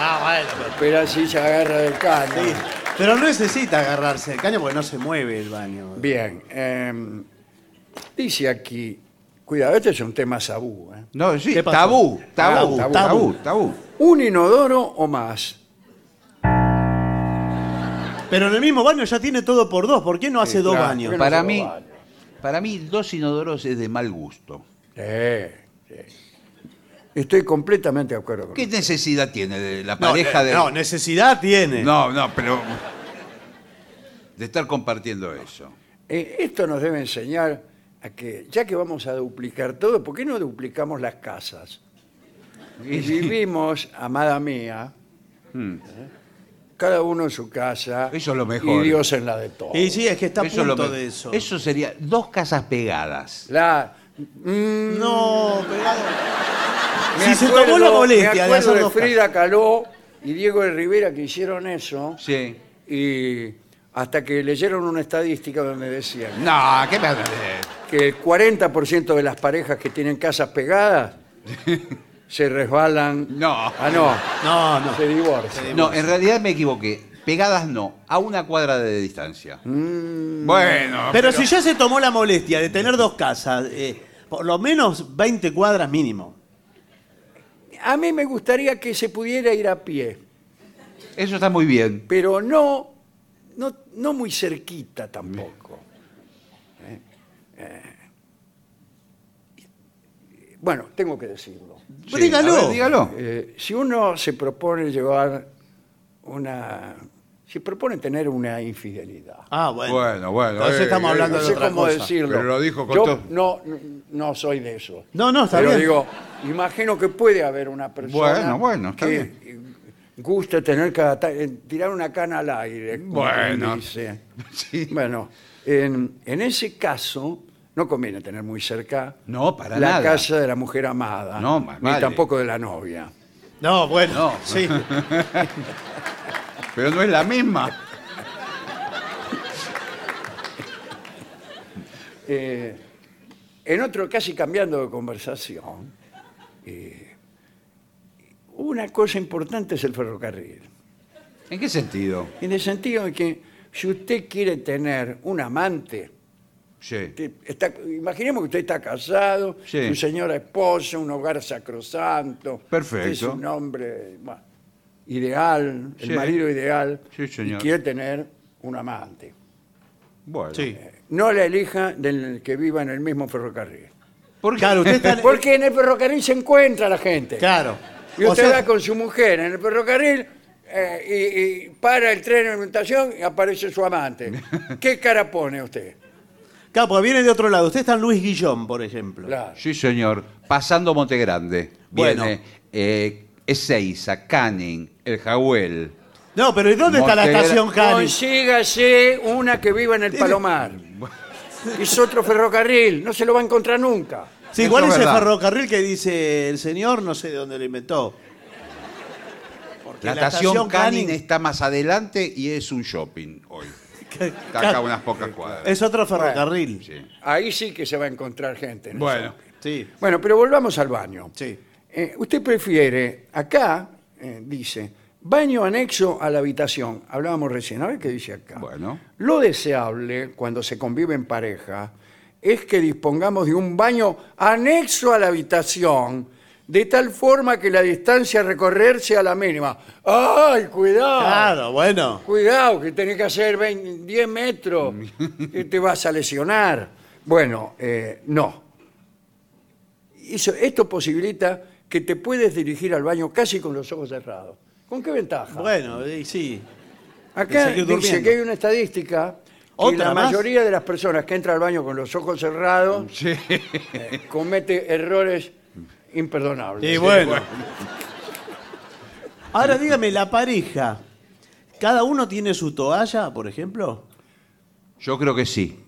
Speaker 3: Ah, bueno, pero...
Speaker 2: espera así se agarra del caño.
Speaker 3: Sí, pero no necesita agarrarse el caño porque no se mueve el baño.
Speaker 2: Bien, em, dice aquí, cuidado, este es un tema sabú. ¿eh?
Speaker 4: No, sí,
Speaker 3: ¿Qué pasó?
Speaker 4: tabú, tabú,
Speaker 3: Tabú,
Speaker 4: tabú,
Speaker 3: tabú.
Speaker 4: tabú,
Speaker 2: Un inodoro o más.
Speaker 3: Pero en el mismo baño ya tiene todo por dos. ¿Por qué no hace dos
Speaker 2: claro,
Speaker 3: baños?
Speaker 2: Pero
Speaker 4: Para
Speaker 2: no
Speaker 4: mí,
Speaker 2: vale.
Speaker 4: para mí dos inodoros es de mal gusto.
Speaker 2: Sí, sí. Estoy completamente de acuerdo con
Speaker 4: ¿Qué necesidad tiene de la
Speaker 3: No,
Speaker 4: pareja
Speaker 2: eh,
Speaker 3: ne-
Speaker 4: de.?
Speaker 3: no, necesidad tiene.
Speaker 4: no, no, pero. De estar compartiendo eso.
Speaker 2: Eh, esto nos debe enseñar a que, ya que vamos a duplicar todo, ¿por qué no duplicamos las casas?
Speaker 3: [laughs]
Speaker 2: Y vivimos, amada mía,
Speaker 3: Hmm.
Speaker 2: ¿eh? cada uno en su casa.
Speaker 4: Eso es lo mejor.
Speaker 2: Y Dios en la de todos.
Speaker 3: Y sí, es que está a
Speaker 4: Eso es lo
Speaker 3: punto
Speaker 4: me-
Speaker 3: de eso.
Speaker 4: Eso sería dos casas pegadas.
Speaker 2: La- Mm,
Speaker 3: No, pegado.
Speaker 2: me
Speaker 3: si se
Speaker 2: acuerdo-
Speaker 3: tomó la
Speaker 2: me
Speaker 3: molestia de
Speaker 2: acuerdo
Speaker 3: hacer
Speaker 2: de,
Speaker 3: dos casas.
Speaker 2: Frida Kahlo y Diego de Rivera que hicieron eso.
Speaker 4: Sí.
Speaker 2: Y hasta que leyeron una estadística donde decían
Speaker 4: No, ¿qué pasa? Eh,
Speaker 2: que el 40% de las parejas que tienen casas [laughs] pegadas se resbalan.
Speaker 4: No.
Speaker 2: Ah, no.
Speaker 3: No, no.
Speaker 2: Se divorcian.
Speaker 4: No, en realidad me equivoqué. Pegadas no, a una cuadra de distancia. Mm. Bueno.
Speaker 3: Pero si ya se tomó la molestia de tener dos casas, eh, por lo menos 20 cuadras mínimo.
Speaker 2: A mí me gustaría que se pudiera ir a pie,
Speaker 4: Eso está muy bien.
Speaker 2: pero no, no, no muy cerquita tampoco. ¿Eh? Eh, bueno, tengo que decirlo.
Speaker 4: Sí,
Speaker 3: Pues dígalo.
Speaker 4: a ver, Pues dígalo.
Speaker 2: Eh, si uno se propone llevar una... Si propone tener una infidelidad.
Speaker 3: Ah, bueno.
Speaker 4: Bueno, bueno,
Speaker 3: Entonces
Speaker 4: eh,
Speaker 3: estamos
Speaker 4: eh,
Speaker 3: hablando
Speaker 2: no
Speaker 3: de
Speaker 2: sé
Speaker 3: otra
Speaker 2: cómo
Speaker 3: cosa.
Speaker 2: decirlo.
Speaker 4: Pero lo dijo con
Speaker 2: Yo
Speaker 4: todo.
Speaker 2: no, no soy de eso.
Speaker 3: No, no, está
Speaker 2: Pero
Speaker 3: bien.
Speaker 2: digo, imagino que puede haber una persona
Speaker 4: Bueno, bueno, está
Speaker 2: que
Speaker 4: bien.
Speaker 2: eh, gusta tener cada ta- eh, tirar una cana al aire. como
Speaker 4: Bueno.
Speaker 2: quien dice.
Speaker 4: [laughs] Sí.
Speaker 2: Bueno, en, en ese caso no conviene tener muy cerca
Speaker 4: No, para
Speaker 2: la
Speaker 4: nada.
Speaker 2: casa de la mujer amada,
Speaker 4: No, más
Speaker 2: ni
Speaker 4: vale.
Speaker 2: tampoco de la novia.
Speaker 3: No, bueno.
Speaker 4: No.
Speaker 3: Sí.
Speaker 4: Pero no es la misma.
Speaker 2: Eh, en otro, casi cambiando de conversación, eh, una cosa importante es el ferrocarril.
Speaker 4: ¿En qué sentido?
Speaker 2: En el sentido de que si usted quiere tener un amante,
Speaker 4: Sí.
Speaker 2: usted está- imaginemos que usted está casado,
Speaker 4: Sí.
Speaker 2: su señora esposa, un hogar sacrosanto,
Speaker 4: Perfecto.
Speaker 2: usted es un hombre bueno, ideal, el
Speaker 4: Sí.
Speaker 2: marido ideal,
Speaker 4: Sí, señor.
Speaker 2: y quiere tener un amante.
Speaker 4: Bueno.
Speaker 3: sí.
Speaker 2: No la elija del que viva en el mismo ferrocarril.
Speaker 4: [laughs] ¿Por qué?
Speaker 3: Claro, usted está.
Speaker 2: Porque en el ferrocarril se encuentra la gente.
Speaker 3: Claro.
Speaker 2: Y
Speaker 3: O
Speaker 2: usted
Speaker 3: sea-
Speaker 2: va con su mujer en el ferrocarril eh, y, y para el tren en la estación y aparece su
Speaker 3: [laughs]
Speaker 2: amante. ¿Qué cara pone usted?
Speaker 3: Claro, porque viene de otro lado. Usted está en Luis Guillón, por ejemplo.
Speaker 2: Claro.
Speaker 4: Sí, señor. Pasando Monte Grande.
Speaker 3: Bueno.
Speaker 4: Viene eh, Ezeiza, Canning, El Jagüel.
Speaker 3: No, pero ¿y dónde está la
Speaker 4: Montegra-
Speaker 3: estación Cali?
Speaker 2: Consígase una que viva en el
Speaker 3: [laughs]
Speaker 2: Palomar. Es otro ferrocarril, no se lo va a encontrar nunca.
Speaker 3: Sí, igual
Speaker 4: Eso es
Speaker 3: ese
Speaker 4: verdad.
Speaker 3: ferrocarril que dice el señor, no sé de dónde lo inventó. Porque
Speaker 4: La, estación Canning
Speaker 3: Canning
Speaker 4: está más adelante y es un shopping hoy.
Speaker 3: [laughs]
Speaker 4: Está acá a unas pocas cuadras.
Speaker 3: es otro ferrocarril.
Speaker 4: Sí.
Speaker 2: Ahí sí que se va a encontrar gente. ¿no?
Speaker 4: Bueno.
Speaker 3: Sí.
Speaker 2: Bueno, pero volvamos al baño.
Speaker 3: Sí.
Speaker 2: Eh, usted prefiere, acá eh, dice, baño anexo a la habitación. Hablábamos recién, a ver qué dice acá.
Speaker 4: Bueno.
Speaker 2: Lo deseable cuando se convive en pareja es que dispongamos de un baño anexo a la habitación, de tal forma que la distancia a recorrer sea la mínima. ¡Ay, cuidado!
Speaker 3: Claro, bueno.
Speaker 2: Cuidado, que tenés que hacer 20 10 metros, que te vas a lesionar. Bueno, eh, no. Eso- esto posibilita que te puedes dirigir al baño casi con los ojos cerrados. ¿Con qué ventaja?
Speaker 3: Bueno, y sí.
Speaker 2: Acá
Speaker 3: de seguir
Speaker 2: dice
Speaker 3: durmiendo.
Speaker 2: que hay una estadística que
Speaker 3: ¿Otra
Speaker 2: la
Speaker 3: más?
Speaker 2: mayoría de las personas que entra al baño con los ojos cerrados
Speaker 4: Sí.
Speaker 2: eh, comete errores imperdonables.
Speaker 3: Y bueno. Ahora dígame, la pareja, ¿cada uno tiene su toalla, por ejemplo?
Speaker 4: Yo creo que sí.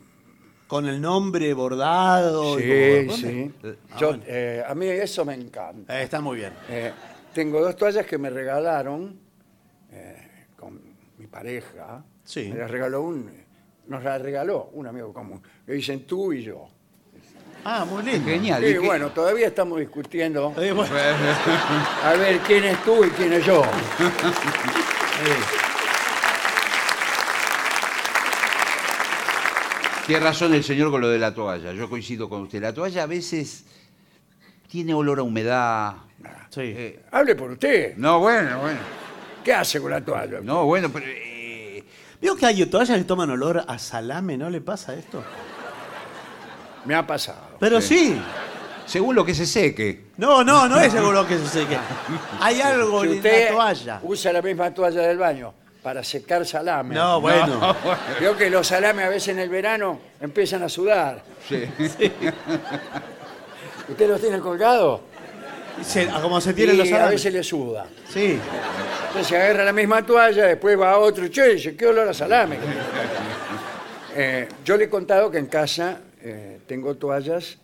Speaker 3: Con el nombre bordado. y
Speaker 2: Sí,
Speaker 3: como corresponde?
Speaker 2: sí. Yo, eh, a mí eso me encanta.
Speaker 3: Eh, está muy bien.
Speaker 2: Eh, tengo dos toallas que me regalaron eh, con mi pareja.
Speaker 3: Sí.
Speaker 2: Me las regaló un, nos las regaló un amigo común. Le dicen tú y yo.
Speaker 3: Ah, muy lindo.
Speaker 4: Genial.
Speaker 2: Y
Speaker 4: ¿y qué-
Speaker 2: bueno, todavía estamos discutiendo
Speaker 3: Eh, bueno,
Speaker 2: a ver quién es tú y quién es yo.
Speaker 4: Tiene razón el señor con lo de la toalla. Yo coincido con usted. La toalla a veces tiene olor a humedad.
Speaker 3: sí.
Speaker 4: Eh,
Speaker 2: Hable por usted.
Speaker 4: no, bueno, bueno.
Speaker 2: ¿Qué hace con la toalla?
Speaker 4: No, bueno, pero. eh,
Speaker 3: Veo que hay toallas que toman olor a salame, ¿no le pasa esto?
Speaker 2: Me ha pasado.
Speaker 3: Pero sí.
Speaker 4: Según lo que se seque.
Speaker 3: No, no, no es seguro que
Speaker 2: [laughs]
Speaker 3: se seque. Hay algo
Speaker 2: Si
Speaker 3: en
Speaker 2: usted
Speaker 3: la toalla.
Speaker 2: usa la misma toalla del baño para secar salame.
Speaker 3: No, bueno.
Speaker 4: [laughs]
Speaker 2: Veo que los salames a veces en el verano empiezan a sudar.
Speaker 4: Sí.
Speaker 2: [laughs] ¿Usted los tiene colgados?
Speaker 3: Se- como se tienen
Speaker 2: y
Speaker 3: los
Speaker 2: a
Speaker 3: salames.
Speaker 2: veces le suda.
Speaker 3: Sí.
Speaker 2: Entonces agarra la misma toalla, después va a otro, che, dice, qué olor a
Speaker 4: [laughs]
Speaker 2: salame. Eh, yo le he contado que en casa eh, tengo toallas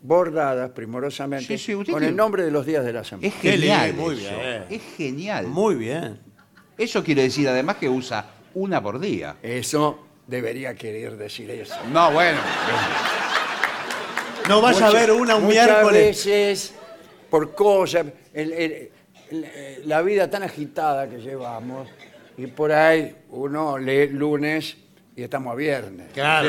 Speaker 2: bordadas primorosamente
Speaker 4: Sí, sí, usted
Speaker 2: con
Speaker 4: tiene-
Speaker 2: el nombre de los días de la semana.
Speaker 4: Es
Speaker 3: Qué
Speaker 4: genial.
Speaker 3: lindo, muy
Speaker 4: eso.
Speaker 3: bien. eh.
Speaker 4: Es genial.
Speaker 3: Muy bien.
Speaker 4: Eso quiere decir además que usa una por día.
Speaker 2: Eso debería querer decir eso.
Speaker 4: No, bueno.
Speaker 3: No vaya a
Speaker 2: Muchas-
Speaker 3: ver una un
Speaker 2: muchas
Speaker 3: miércoles.
Speaker 2: veces, por cosas, el- el- el- la vida tan agitada que llevamos, y por ahí uno lee lunes y estamos a viernes.
Speaker 3: Claro.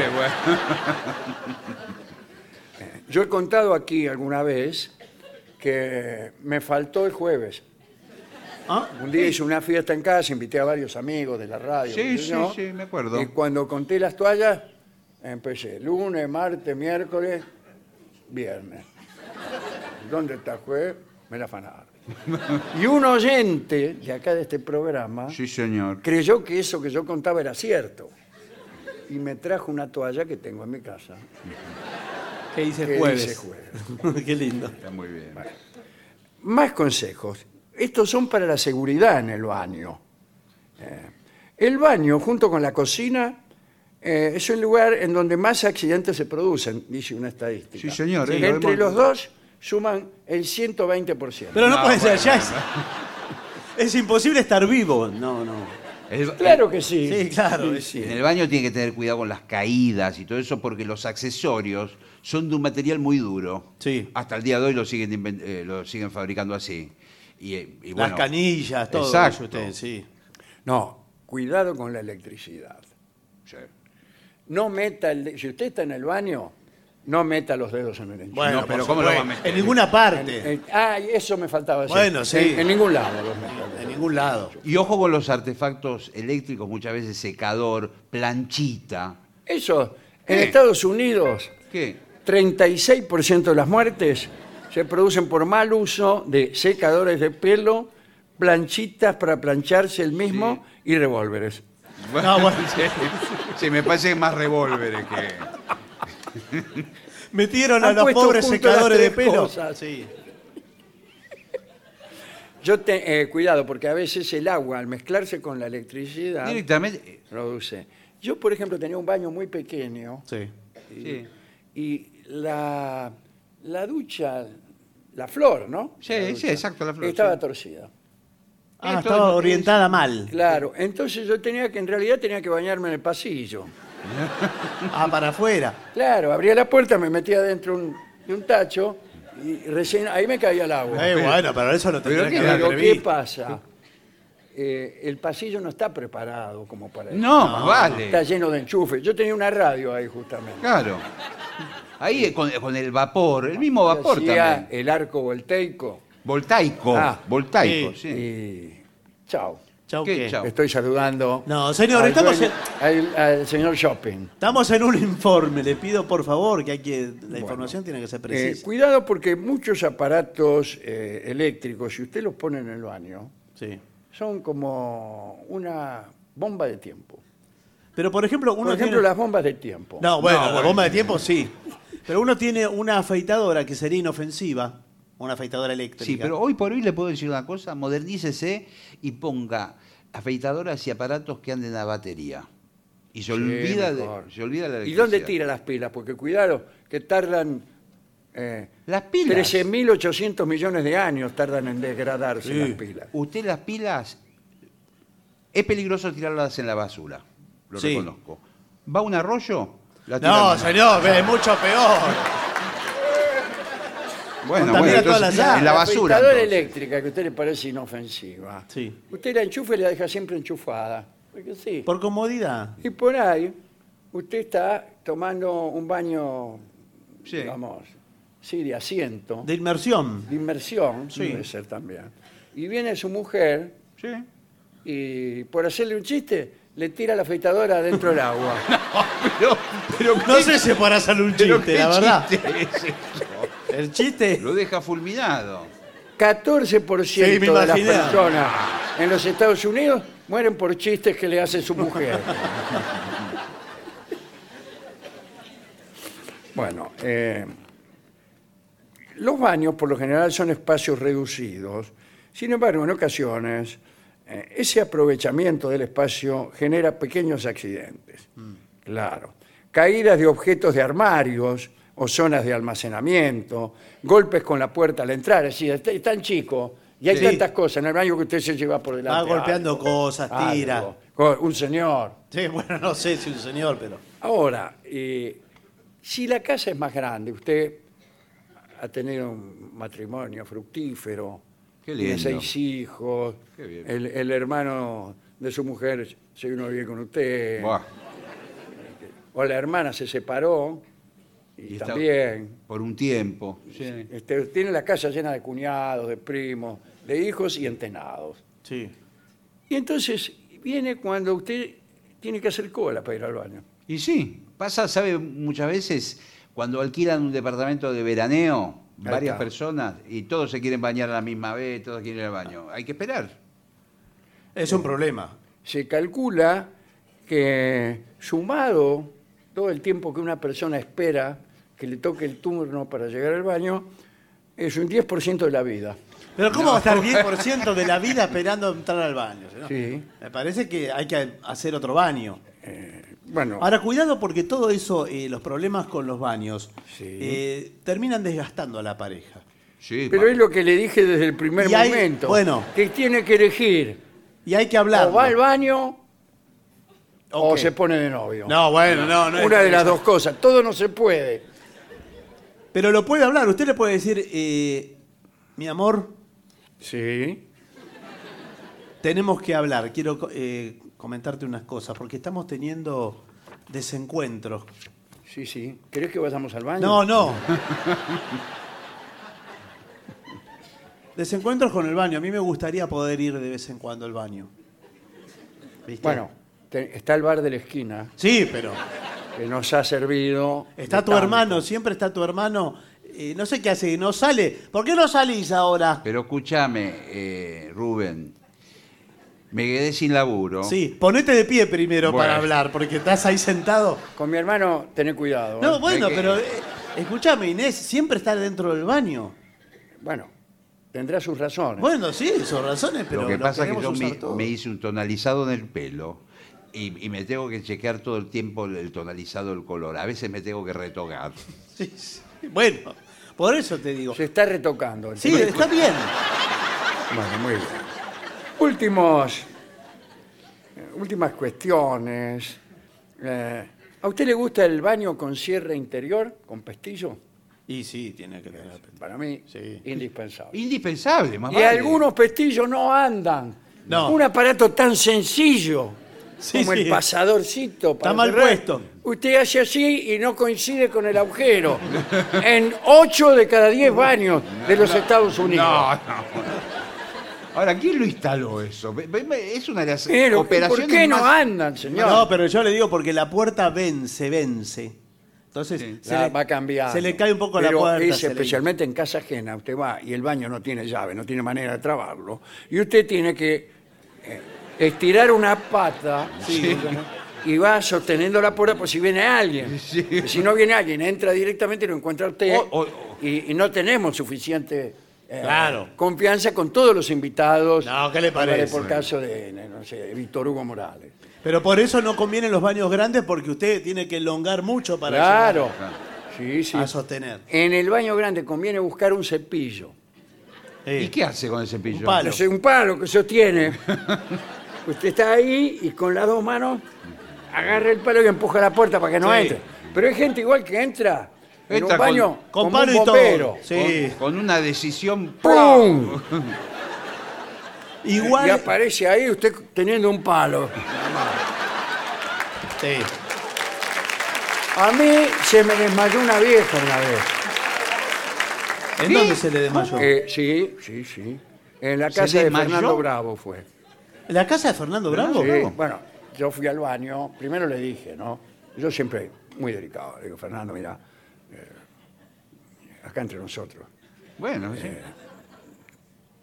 Speaker 2: Yo he contado aquí alguna vez que me faltó el jueves.
Speaker 3: ¿Ah?
Speaker 2: Un día hice una fiesta en casa, invité a varios amigos de la radio.
Speaker 4: Sí,
Speaker 2: qué sé
Speaker 4: sí,
Speaker 2: yo,
Speaker 4: sí, me acuerdo.
Speaker 2: Y cuando conté las toallas, empecé lunes, martes, miércoles, viernes. ¿Dónde está el jueves? Me la afanaron. Y un oyente de acá de este programa
Speaker 4: Sí, señor.
Speaker 2: creyó que eso que yo contaba era cierto. Y me trajo una toalla que tengo en mi casa.
Speaker 3: ¿Qué dice
Speaker 2: que
Speaker 3: jueves?
Speaker 2: dice jueves.
Speaker 3: Qué lindo.
Speaker 4: Está muy bien.
Speaker 2: Más consejos. Estos son para la seguridad en el baño. Eh, el baño, junto con la cocina, eh, es el lugar en donde más accidentes se producen, dice una estadística.
Speaker 4: Sí, señor, eh, lo
Speaker 2: Entre
Speaker 4: hemos-
Speaker 2: los dos suman el 120%.
Speaker 3: Pero no,
Speaker 4: No,
Speaker 3: puede ser,
Speaker 4: bueno,
Speaker 3: ya es. Es imposible estar vivo. No, no.
Speaker 4: El-
Speaker 2: claro que sí.
Speaker 3: Sí, claro, es-
Speaker 4: En el baño tiene que tener cuidado con las caídas y todo eso porque los accesorios son de un material muy duro.
Speaker 3: Sí.
Speaker 4: Hasta el día de hoy lo siguen, inven- eh, lo siguen fabricando así. Y, eh, y
Speaker 3: Las
Speaker 4: bueno,
Speaker 3: canillas, todo.
Speaker 4: Exacto.
Speaker 3: Usted, sí.
Speaker 2: No, cuidado con la electricidad.
Speaker 4: sí.
Speaker 2: No meta, el de- si usted está en el baño, no meta los dedos en el enchufe.
Speaker 3: Bueno,
Speaker 4: No,
Speaker 3: pero
Speaker 4: pero
Speaker 3: ¿cómo
Speaker 4: ¿cómo lo va a meter?
Speaker 3: En ninguna parte.
Speaker 2: Eh, ah, y eso me faltaba decir.
Speaker 3: Bueno, sí.
Speaker 2: En, en ningún lado los meta.
Speaker 3: En ningún lado.
Speaker 4: Y ojo con los artefactos eléctricos, muchas veces secador, planchita.
Speaker 2: Eso, en
Speaker 4: ¿Qué?
Speaker 2: Estados Unidos,
Speaker 4: ¿Qué?
Speaker 2: 36% de las muertes se producen por mal uso de secadores de pelo, planchitas para plancharse el mismo y revólveres.
Speaker 3: No, bueno.
Speaker 4: [laughs] Se me parece más revólveres que...
Speaker 3: Metieron a
Speaker 2: Han
Speaker 3: los
Speaker 2: puesto
Speaker 3: pobres
Speaker 2: junto las
Speaker 3: secadores de
Speaker 2: tres
Speaker 3: pelo.
Speaker 2: cosas.
Speaker 3: Sí.
Speaker 2: Yo te, eh, cuidado, porque a veces el agua al mezclarse con la electricidad
Speaker 4: Directamente... eh,
Speaker 2: produce. Yo, por ejemplo, tenía un baño muy pequeño
Speaker 3: Sí.
Speaker 2: y,
Speaker 4: Sí.
Speaker 2: y la, la ducha, la flor, ¿no?
Speaker 4: Sí,
Speaker 2: La
Speaker 4: sí,
Speaker 2: ducha,
Speaker 4: exacto, la flor,
Speaker 2: Estaba
Speaker 4: sí.
Speaker 2: torcida.
Speaker 3: Ah,
Speaker 4: Esto
Speaker 3: estaba
Speaker 4: es-
Speaker 3: orientada mal.
Speaker 2: Claro, entonces yo tenía que, en realidad tenía que bañarme en el pasillo.
Speaker 3: Ah, para afuera.
Speaker 2: Claro, abría la puerta, me metía dentro un- de un tacho y recién ahí me caía el agua.
Speaker 3: Eh, bueno, pero eso lo tendría
Speaker 4: pero
Speaker 3: que
Speaker 4: qué
Speaker 3: haber
Speaker 2: Pero ¿qué
Speaker 3: previsto.
Speaker 2: pasa? Eh, el pasillo no está preparado como para eso.
Speaker 4: No, más
Speaker 2: Está
Speaker 4: vale.
Speaker 2: lleno de enchufes. Yo tenía una radio ahí justamente.
Speaker 4: Claro. Ahí eh, con, con el vapor, el mismo
Speaker 2: Se
Speaker 4: vapor
Speaker 2: hacía
Speaker 4: también.
Speaker 2: el arco voltaico
Speaker 4: Voltaico,
Speaker 2: Ah,
Speaker 4: voltaico, sí.
Speaker 2: y chao.
Speaker 3: Chau,
Speaker 4: ¿Qué?
Speaker 3: ¿qué?
Speaker 4: Chau.
Speaker 2: Estoy saludando.
Speaker 3: No, señor,
Speaker 2: al
Speaker 3: estamos
Speaker 2: dueño- al- al señor Shopping.
Speaker 3: Estamos en un informe. Le pido por favor que hay que. La información tiene que ser
Speaker 2: Eh,
Speaker 3: precisa.
Speaker 2: cuidado porque muchos aparatos eh, eléctricos, si usted los pone en el baño,
Speaker 3: sí.
Speaker 2: son como una bomba de tiempo.
Speaker 3: Pero por ejemplo, uno
Speaker 2: Por ejemplo,
Speaker 3: tiene-
Speaker 2: las bombas de tiempo.
Speaker 3: No, bueno,
Speaker 4: No,
Speaker 3: la
Speaker 4: bueno.
Speaker 3: bomba de tiempo sí. Pero uno tiene una afeitadora que sería inofensiva, una afeitadora eléctrica.
Speaker 4: Sí, pero hoy por hoy le puedo decir una cosa, modernícese y ponga afeitadoras y aparatos que anden a batería. Y se
Speaker 2: Sí,
Speaker 4: olvida de,
Speaker 2: mejor.
Speaker 4: se olvida de la
Speaker 2: ¿Y dónde
Speaker 4: electricidad.
Speaker 2: tira las pilas? Porque cuidado, que tardan eh,
Speaker 4: Las pilas.
Speaker 2: 13.800 millones de años tardan en degradarse las pilas.
Speaker 4: Usted las pilas es peligroso tirarlas en la basura. Lo
Speaker 3: Sí.
Speaker 4: reconozco. Va a un arroyo, la tira
Speaker 3: No,
Speaker 4: en-
Speaker 3: señor, es mucho peor.
Speaker 4: Bueno,
Speaker 3: contamina
Speaker 4: bueno,
Speaker 3: todas
Speaker 4: entonces,
Speaker 3: las-
Speaker 4: en la basura.
Speaker 2: afeitadora
Speaker 4: entonces.
Speaker 2: eléctrica, que a usted le parece inofensiva.
Speaker 3: Sí.
Speaker 2: Usted la enchufa y la deja siempre enchufada. Porque sí.
Speaker 3: Por comodidad.
Speaker 2: Y por ahí, usted está tomando un baño,
Speaker 4: Sí.
Speaker 2: digamos, sí, de asiento, de,
Speaker 3: De inmersión.
Speaker 2: inmersión,
Speaker 3: Sí.
Speaker 2: puede ser también. Y viene su mujer
Speaker 4: Sí.
Speaker 2: y por hacerle un chiste, le tira la afeitadora dentro del agua.
Speaker 3: [laughs]
Speaker 4: Pero, pero
Speaker 3: No sé si para hacer un
Speaker 4: pero
Speaker 3: chiste,
Speaker 4: qué
Speaker 3: la verdad.
Speaker 4: chiste es ese.
Speaker 3: Es El chiste.
Speaker 4: Lo deja fulminado.
Speaker 2: 14%
Speaker 3: Sí, me
Speaker 2: de las
Speaker 3: imaginaba.
Speaker 2: personas en los Estados Unidos mueren por chistes que le hace su
Speaker 3: [laughs]
Speaker 2: mujer. bueno, eh, los baños por lo general son espacios reducidos. Sin embargo, en ocasiones, eh, ese aprovechamiento del espacio genera pequeños accidentes.
Speaker 3: Mm.
Speaker 2: Claro. Caídas de objetos de armarios o zonas de almacenamiento, golpes con la puerta al entrar. Es decir, es es tan chico y hay
Speaker 3: Sí.
Speaker 2: tantas cosas en el baño que usted se lleva por delante.
Speaker 3: Va golpeando
Speaker 2: algo,
Speaker 3: cosas, tira.
Speaker 2: algo, co- Un señor.
Speaker 3: Sí, bueno, no sé si un señor, pero.
Speaker 2: Ahora, eh, si la casa es más grande, usted ha tenido un matrimonio fructífero,
Speaker 4: Qué lindo.
Speaker 2: tiene seis hijos,
Speaker 4: Qué bien.
Speaker 2: el, el hermano de su mujer se vino bien con usted,
Speaker 4: Buah,
Speaker 2: o la hermana se separó y,
Speaker 4: y está-
Speaker 2: también.
Speaker 4: Por un tiempo. Sí.
Speaker 2: este, tiene la casa llena de cuñados, de primos, de hijos y entenados.
Speaker 3: Sí.
Speaker 2: Y entonces viene cuando usted tiene que hacer cola para ir al baño.
Speaker 4: Y sí, pasa, ¿sabe? Muchas veces cuando alquilan un departamento de veraneo,
Speaker 2: Ahí
Speaker 4: varias
Speaker 2: está.
Speaker 4: personas, y todos se quieren bañar a la misma vez, todos quieren ir al baño. Hay que esperar.
Speaker 3: Es un problema.
Speaker 2: se calcula que sumado todo el tiempo que una persona espera que le toque el turno para llegar al baño, es un 10% de la vida.
Speaker 3: Pero ¿cómo va a estar 10% de la vida esperando entrar al baño? señor?
Speaker 2: Sí.
Speaker 3: Me parece que hay que hacer otro baño.
Speaker 2: Bueno,
Speaker 3: Ahora, cuidado porque todo eso, eh, los problemas con los baños,
Speaker 2: Sí.
Speaker 3: eh, terminan desgastando a la pareja.
Speaker 4: Sí,
Speaker 2: pero
Speaker 4: pa-
Speaker 2: es lo que le dije desde el primer
Speaker 3: Y hay-
Speaker 2: momento,
Speaker 3: bueno.
Speaker 2: que tiene que elegir
Speaker 3: Y hay que hablar.
Speaker 2: o va al baño o
Speaker 3: Ok.
Speaker 2: se pone de novio.
Speaker 3: No, bueno, no, no. es-
Speaker 2: una de las dos cosas, todo no se puede.
Speaker 3: Pero lo puede hablar. Usted le puede decir, eh, mi amor,
Speaker 2: Sí.
Speaker 3: tenemos que hablar. Quiero co- eh, comentarte unas cosas porque estamos teniendo desencuentros.
Speaker 2: Sí, sí. ¿Querés que vayamos al baño?
Speaker 3: No, no. [laughs] Desencuentros con el baño. A mí me gustaría poder ir de vez en cuando al baño. ¿Viste?
Speaker 2: Bueno, te- está el bar de la esquina
Speaker 3: Sí, pero
Speaker 2: que nos ha servido.
Speaker 3: está
Speaker 2: de
Speaker 3: tu
Speaker 2: tanto.
Speaker 3: hermano, siempre está tu hermano. Eh, no sé qué hace, no sale. ¿Por qué no salís ahora?
Speaker 4: pero escúchame, eh, Rubén. Me quedé sin laburo.
Speaker 3: Sí, ponete de pie primero
Speaker 4: Bueno.
Speaker 3: para hablar, porque estás ahí sentado.
Speaker 2: Con mi hermano, tené cuidado. ¿eh?
Speaker 3: No, bueno,
Speaker 4: que-
Speaker 3: pero eh, escúchame, Inés, siempre está dentro del baño.
Speaker 2: Bueno, tendrá sus razones.
Speaker 3: Bueno, sí, son razones, pero
Speaker 4: lo que pasa es que
Speaker 3: queremos
Speaker 4: yo
Speaker 3: usar
Speaker 4: me,
Speaker 3: todo.
Speaker 4: me hice un tonalizado en el pelo y, y me tengo que chequear todo el tiempo el, el tonalizado, el color. A veces me tengo que retocar.
Speaker 3: [laughs] Sí, sí. Bueno, por eso te digo.
Speaker 2: Se está retocando. el
Speaker 3: Sí,
Speaker 2: tema.
Speaker 3: está bien.
Speaker 2: Bueno, muy bien. Últimos, eh, últimas cuestiones. Eh, ¿A usted le gusta el baño con cierre interior, con pestillo?
Speaker 3: Y sí, tiene que tener.
Speaker 2: Para mí,
Speaker 3: Sí.
Speaker 2: indispensable.
Speaker 4: Indispensable, más
Speaker 2: Y
Speaker 4: vale.
Speaker 2: algunos pestillos no andan.
Speaker 3: eh. No.
Speaker 2: Un aparato tan sencillo
Speaker 3: Sí,
Speaker 2: como el
Speaker 3: sí.
Speaker 2: pasadorcito. para
Speaker 3: Está mal
Speaker 2: cerrar.
Speaker 3: puesto.
Speaker 2: Usted hace así y no coincide con el
Speaker 3: [laughs]
Speaker 2: agujero. en 8 de cada 10 baños de los Estados Unidos.
Speaker 4: No, no. Ahora, ¿quién lo instaló eso? Ve- ve- ve- Es una de las
Speaker 2: Pero, ¿por
Speaker 4: operaciones
Speaker 2: qué no
Speaker 4: más-
Speaker 2: andan, señor?
Speaker 3: No, pero yo le digo porque la puerta vence, vence. Entonces se,
Speaker 2: Ah,
Speaker 3: le,
Speaker 2: va a cambiar.
Speaker 3: se le cae un poco
Speaker 2: Pero
Speaker 3: la puerta.
Speaker 2: es
Speaker 3: se le-
Speaker 2: especialmente en casa ajena. Usted va y el baño no tiene llave, no tiene manera de trabarlo. Y usted tiene que eh, estirar una pata y va sosteniendo la puerta por si viene alguien.
Speaker 3: [laughs]
Speaker 2: Y Si no viene alguien, entra directamente y lo encuentra usted.
Speaker 4: O- o-
Speaker 2: Y, y no tenemos suficiente eh,
Speaker 3: Claro.
Speaker 2: confianza con todos los invitados.
Speaker 3: No, ¿qué le
Speaker 2: Póngale
Speaker 3: parece?
Speaker 2: Por caso de, no sé, Víctor Hugo Morales.
Speaker 3: Pero por eso no convienen los baños grandes porque usted tiene que elongar mucho para
Speaker 2: claro.
Speaker 3: llegar Ah,
Speaker 2: Sí, sí.
Speaker 3: a sostener.
Speaker 2: En el baño grande conviene buscar un cepillo.
Speaker 4: ¿Y
Speaker 3: Sí.
Speaker 4: qué hace con ese pillo?
Speaker 3: Un palo.
Speaker 2: No sé, un palo que sostiene. Usted está ahí y con las dos manos agarra el palo y empuja la puerta para que no
Speaker 3: Sí.
Speaker 2: entre. Pero hay gente igual que entra en
Speaker 4: Entra
Speaker 2: un baño
Speaker 4: con-
Speaker 3: Con
Speaker 2: como
Speaker 3: palo
Speaker 2: un
Speaker 3: y
Speaker 2: bombero.
Speaker 3: todo. Sí.
Speaker 4: Con, con una decisión.
Speaker 2: ¡Pum! Y
Speaker 3: Igual.
Speaker 2: aparece ahí usted teniendo un palo.
Speaker 3: Sí.
Speaker 2: A mí se me desmayó una vieja una vez.
Speaker 3: ¿En dónde se le desmayó?
Speaker 2: Eh, sí, sí, sí. En la
Speaker 4: ¿Se
Speaker 2: casa de
Speaker 4: desmayó?
Speaker 2: Fernando Bravo fue.
Speaker 3: ¿La casa de Fernando Bravo?
Speaker 2: Sí, Bueno, yo fui al baño, primero le dije, ¿no? Yo siempre, muy delicado, le digo, Fernando, mira, eh, acá entre nosotros.
Speaker 4: Bueno, sí.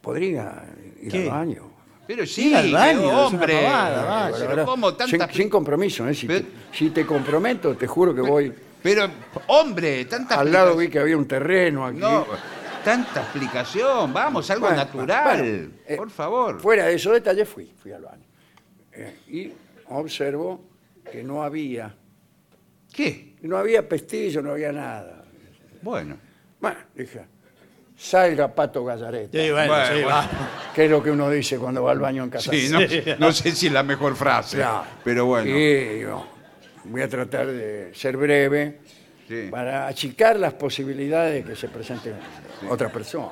Speaker 2: Podría ir
Speaker 3: ¿Qué?
Speaker 2: al baño.
Speaker 4: pero sí,
Speaker 3: ir al baño, es una
Speaker 4: hombre.
Speaker 3: pavada, vaya.
Speaker 4: pero
Speaker 2: Ahora,
Speaker 4: ¿cómo
Speaker 2: sin,
Speaker 4: tantas...
Speaker 2: sin compromiso, ¿eh? si,
Speaker 4: Pero-
Speaker 2: te, si te comprometo, te juro que voy.
Speaker 4: Pero, hombre, tantas...
Speaker 2: Al lado vi
Speaker 4: explicaciones.
Speaker 2: que había un terreno aquí.
Speaker 4: No, tanta explicación, vamos, algo
Speaker 2: Bueno,
Speaker 4: natural.
Speaker 2: bueno, eh,
Speaker 4: por favor.
Speaker 2: Fuera de esos detalles fui, fui al baño. Eh, y observo que no había,
Speaker 4: ¿Qué?
Speaker 2: no había pestillo, no había nada.
Speaker 4: Bueno.
Speaker 2: Bueno, dije, salga Pato Gallareta,
Speaker 3: Sí, bueno,
Speaker 4: Bueno,
Speaker 3: sí,
Speaker 4: bueno.
Speaker 3: va.
Speaker 2: que es lo que uno dice cuando va al baño en casa.
Speaker 4: Sí, no, no sé si es la mejor frase,
Speaker 2: Claro.
Speaker 4: pero bueno.
Speaker 2: Y yo voy a tratar de ser breve
Speaker 4: Sí.
Speaker 2: para achicar las posibilidades de que se presente otra persona.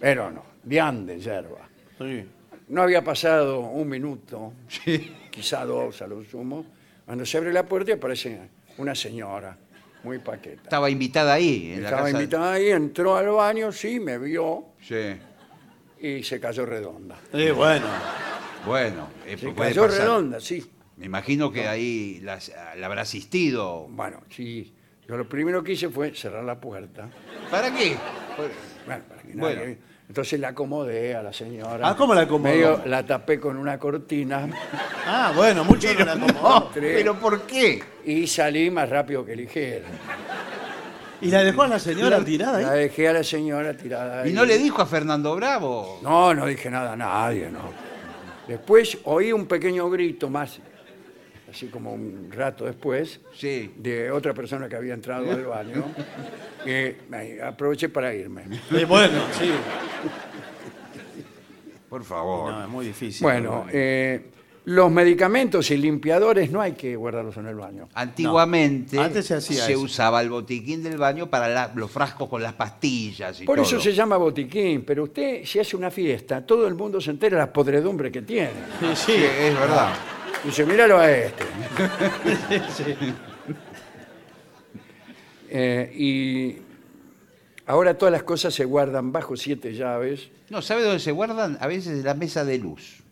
Speaker 2: Pero no, de yerba.
Speaker 3: Sí.
Speaker 2: No había pasado un minuto,
Speaker 4: Sí.
Speaker 2: quizá dos a lo sumo, cuando se abre la puerta y aparece una señora, muy paqueta.
Speaker 4: Estaba invitada ahí, en
Speaker 2: Estaba
Speaker 4: la casa.
Speaker 2: invitada ahí, entró al baño, sí, me vio
Speaker 4: Sí.
Speaker 2: y se cayó redonda.
Speaker 3: Sí, bueno.
Speaker 4: Bueno, eh,
Speaker 2: Se
Speaker 4: puede
Speaker 2: cayó
Speaker 4: pasar.
Speaker 2: redonda, sí.
Speaker 4: Me imagino que ahí las- la habrá asistido.
Speaker 2: Bueno, sí. Yo lo primero que hice fue cerrar la puerta.
Speaker 4: ¿Para qué?
Speaker 2: Bueno, para que
Speaker 4: Bueno.
Speaker 2: nadie- Entonces la acomodé a la señora.
Speaker 3: Ah, ¿cómo la acomodó?
Speaker 2: Medio la tapé con una cortina
Speaker 3: Ah, bueno, mucho no la acomodó.
Speaker 4: No, pero ¿por qué?
Speaker 2: y salí más rápido que ligera.
Speaker 3: ¿Y la dejó a la señora tirada
Speaker 2: La
Speaker 3: ahí?
Speaker 2: dejé a la señora tirada.
Speaker 4: ¿Y
Speaker 2: ahí.
Speaker 4: no le dijo a Fernando Bravo?
Speaker 2: No, no dije nada a nadie, no. Después oí un pequeño grito más, así como un rato después,
Speaker 4: Sí.
Speaker 2: de otra persona que había entrado al baño. que me- aproveché para irme.
Speaker 3: Sí, Eh, bueno, sí.
Speaker 4: Por favor.
Speaker 3: No, es muy difícil.
Speaker 2: Bueno, eh, los medicamentos y limpiadores no hay que guardarlos en el baño.
Speaker 4: Ah, Antiguamente
Speaker 3: No. Antes se hacía eso.
Speaker 4: usaba el botiquín del baño para la- los frascos con las pastillas y
Speaker 2: Por eso
Speaker 4: todo.
Speaker 2: se llama botiquín, pero usted si hace una fiesta, todo el mundo se entera de la podredumbre que tiene.
Speaker 3: Sí,
Speaker 4: Sí,
Speaker 3: sí.
Speaker 4: es verdad.
Speaker 2: Ah. Dice, míralo a
Speaker 4: [laughs]
Speaker 2: este. [laughs] Eh, y ahora todas las cosas se guardan bajo siete llaves.
Speaker 4: No, ¿sabe dónde se guardan? A veces en la mesa de luz.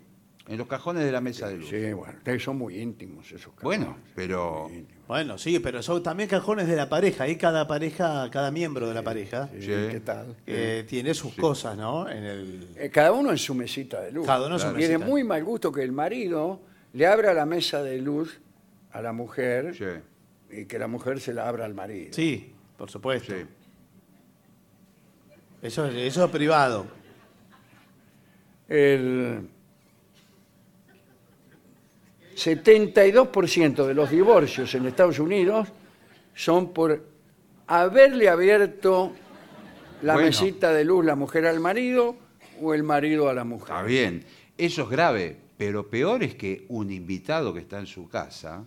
Speaker 4: En los cajones de la mesa de luz.
Speaker 2: Sí, bueno, ustedes son muy íntimos esos casos.
Speaker 4: Bueno, pero...
Speaker 3: Bueno, sí, pero son también cajones de la pareja. Ahí cada pareja, cada miembro de la pareja
Speaker 2: Sí,
Speaker 4: sí.
Speaker 2: ¿Qué tal?
Speaker 3: eh, tiene sus cosas, ¿no? En el...
Speaker 2: Eh, Cada uno en su mesita de luz.
Speaker 3: Cada uno en su
Speaker 2: Y es de
Speaker 3: mesita.
Speaker 2: muy mal gusto que el marido le abra la mesa de luz a la mujer
Speaker 4: Sí,
Speaker 2: y que la mujer se la abra al marido.
Speaker 3: Sí, por supuesto.
Speaker 4: sí.
Speaker 3: Eso, es- eso es privado.
Speaker 2: El 72% de los divorcios en Estados Unidos son por haberle abierto la
Speaker 4: Bueno.
Speaker 2: mesita de luz la mujer al marido o el marido a la mujer.
Speaker 4: Está bien. Eso es grave, pero peor es que un invitado que está en su casa,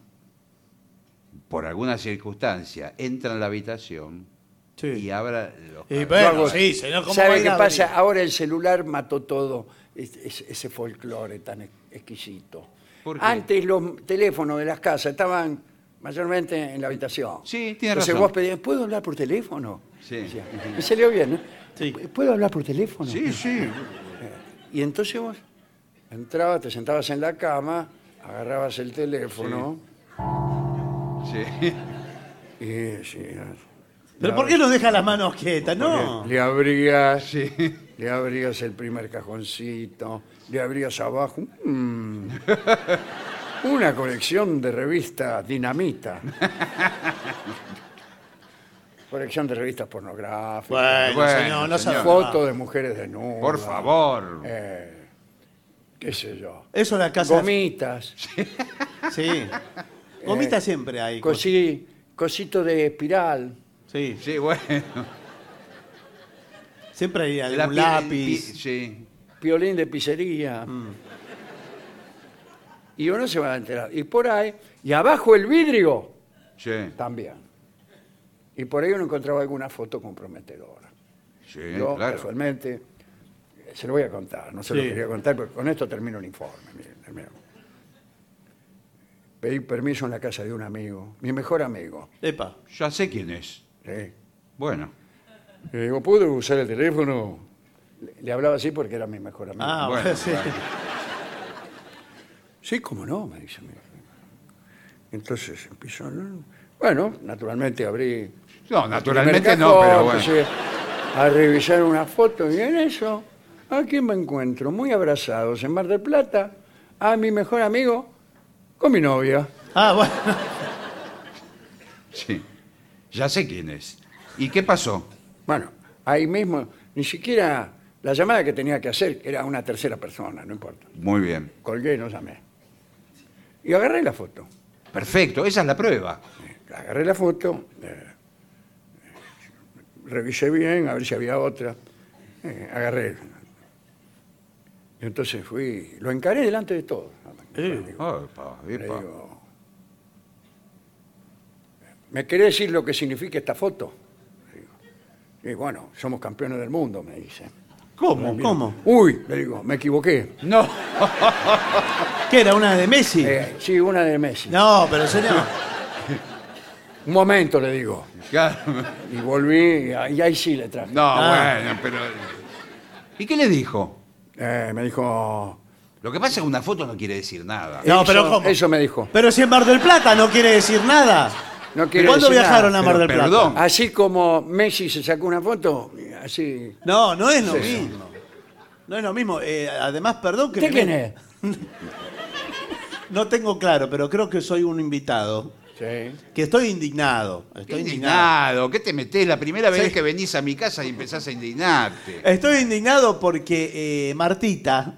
Speaker 4: por alguna circunstancia, entra en la habitación
Speaker 3: Sí.
Speaker 4: y abra los...
Speaker 3: Y
Speaker 2: Yo
Speaker 3: bueno,
Speaker 2: hago-
Speaker 3: sí, señor, ¿cómo va a
Speaker 2: ¿Sabe
Speaker 3: ir
Speaker 2: qué
Speaker 3: a
Speaker 2: pasa?
Speaker 3: abrir?
Speaker 2: Ahora el celular mató todo es- es- ese folclore tan ex- exquisito.
Speaker 4: ¿Por qué?
Speaker 2: Antes los teléfonos de las casas estaban mayormente en la habitación.
Speaker 4: Sí, tiene
Speaker 2: Entonces
Speaker 4: razón.
Speaker 2: vos pedías, ¿puedo hablar por teléfono?
Speaker 4: Sí.
Speaker 2: Decía, Y salió bien, ¿no?
Speaker 3: Sí.
Speaker 2: ¿Puedo hablar por teléfono?
Speaker 4: Sí, sí.
Speaker 2: Y entonces vos entrabas, te sentabas en la cama, agarrabas el teléfono
Speaker 4: sí.
Speaker 2: y sí,
Speaker 3: ¿Pero por qué no deja las manos quietas? No.
Speaker 2: le abrías,
Speaker 4: Sí.
Speaker 2: le abrías el primer cajoncito, le abrías abajo. mm, una colección de revistas
Speaker 4: [laughs]
Speaker 2: dinamita. colección de revistas pornográficas.
Speaker 3: Bueno,
Speaker 4: Bueno,
Speaker 3: señor, no se
Speaker 4: señor.
Speaker 2: fotos de mujeres desnudas.
Speaker 4: Por favor.
Speaker 2: eh, qué sé yo.
Speaker 3: Eso la casa.
Speaker 2: Gomitas.
Speaker 3: Sí. [laughs] Gomita siempre hay. cosas.
Speaker 2: Cosí, cosito de espiral.
Speaker 3: Sí.
Speaker 4: Sí, bueno.
Speaker 3: Siempre hay algún
Speaker 4: La pi-
Speaker 3: lápiz.
Speaker 4: pi- sí.
Speaker 2: piolín de pizzería.
Speaker 4: Mm.
Speaker 2: Y uno se va a enterar. Y por ahí, y abajo el vidrio
Speaker 4: Sí.
Speaker 2: también. Y por ahí uno encontraba alguna foto comprometedora.
Speaker 4: Sí,
Speaker 2: Yo,
Speaker 4: claro.
Speaker 2: casualmente, eh, se lo voy a contar, no se lo
Speaker 3: Sí.
Speaker 2: quería contar, porque con esto termino el informe. miren, termino. Pedí permiso en la casa de un amigo, mi mejor amigo.
Speaker 3: Epa.
Speaker 4: Ya sé quién es.
Speaker 2: ¿sí?
Speaker 4: Bueno.
Speaker 2: Le digo, ¿puedo usar el teléfono? Le, le hablaba así porque era mi mejor amigo.
Speaker 3: Ah,
Speaker 4: Bueno,
Speaker 3: bueno, sí.
Speaker 4: bueno.
Speaker 2: Sí, cómo no, me dice. mi- Entonces empiezo. ¿no? Bueno, naturalmente abrí.
Speaker 4: No,
Speaker 2: el
Speaker 4: Ah, naturalmente
Speaker 2: Este primer
Speaker 4: no, pero
Speaker 2: cajón,
Speaker 4: bueno.
Speaker 2: qué sé yo. a revisar una foto y en eso, aquí me encuentro, muy abrazados en Mar del Plata, a mi mejor amigo con mi novia.
Speaker 3: Ah, bueno.
Speaker 4: Sí. Ya sé quién es. ¿Y qué pasó?
Speaker 2: Bueno, ahí mismo, ni siquiera la llamada que tenía que hacer, que era una tercera persona, no importa.
Speaker 4: Muy bien.
Speaker 2: Colgué y no llamé. Y agarré la foto.
Speaker 4: Perfecto, esa es la prueba.
Speaker 2: Agarré la foto, eh, revisé bien, a ver si había otra. eh, agarré. Y entonces fui, lo encaré delante de todos.
Speaker 4: Opa,
Speaker 2: Le
Speaker 4: epa.
Speaker 2: digo, ¿me querés decir lo que significa esta foto? Le digo. Y bueno, somos campeones del mundo, me dice.
Speaker 3: ¿Cómo? ¿Cómo?
Speaker 2: Uy, le digo, me equivoqué.
Speaker 4: No. [laughs]
Speaker 3: ¿Qué era una de Messi?
Speaker 2: Eh, sí, una de Messi.
Speaker 3: No, pero señor.
Speaker 2: Un momento, le digo.
Speaker 4: Claro.
Speaker 2: Y volví, y ahí y ahí sí le traje.
Speaker 4: No,
Speaker 3: Ah.
Speaker 4: bueno, pero. ¿Y qué le dijo?
Speaker 2: Eh, me dijo...
Speaker 4: Lo que pasa es que una foto no quiere decir nada.
Speaker 3: No,
Speaker 2: eso-
Speaker 3: pero ¿cómo?
Speaker 2: Eso me dijo.
Speaker 3: Pero si en Mar del Plata no quiere decir nada.
Speaker 2: No quiere
Speaker 3: ¿Cuándo
Speaker 2: decir
Speaker 3: viajaron
Speaker 2: nada,
Speaker 3: a Mar
Speaker 4: pero
Speaker 3: del Plata?
Speaker 4: perdón.
Speaker 2: Así como Messi se sacó una foto, así...
Speaker 3: No, no es lo mismo. No es lo mismo. Eh, además, perdón que.
Speaker 2: ¿Usted
Speaker 3: me-
Speaker 2: quién es?
Speaker 3: No tengo claro, pero creo que soy un invitado.
Speaker 2: Sí.
Speaker 3: Que estoy indignado.
Speaker 4: Qué
Speaker 3: Estoy indignado.
Speaker 4: indignado. ¿Qué te metés? La primera
Speaker 3: Sí.
Speaker 4: vez que venís a mi casa y empezás a indignarte.
Speaker 3: Estoy indignado porque eh, Martita.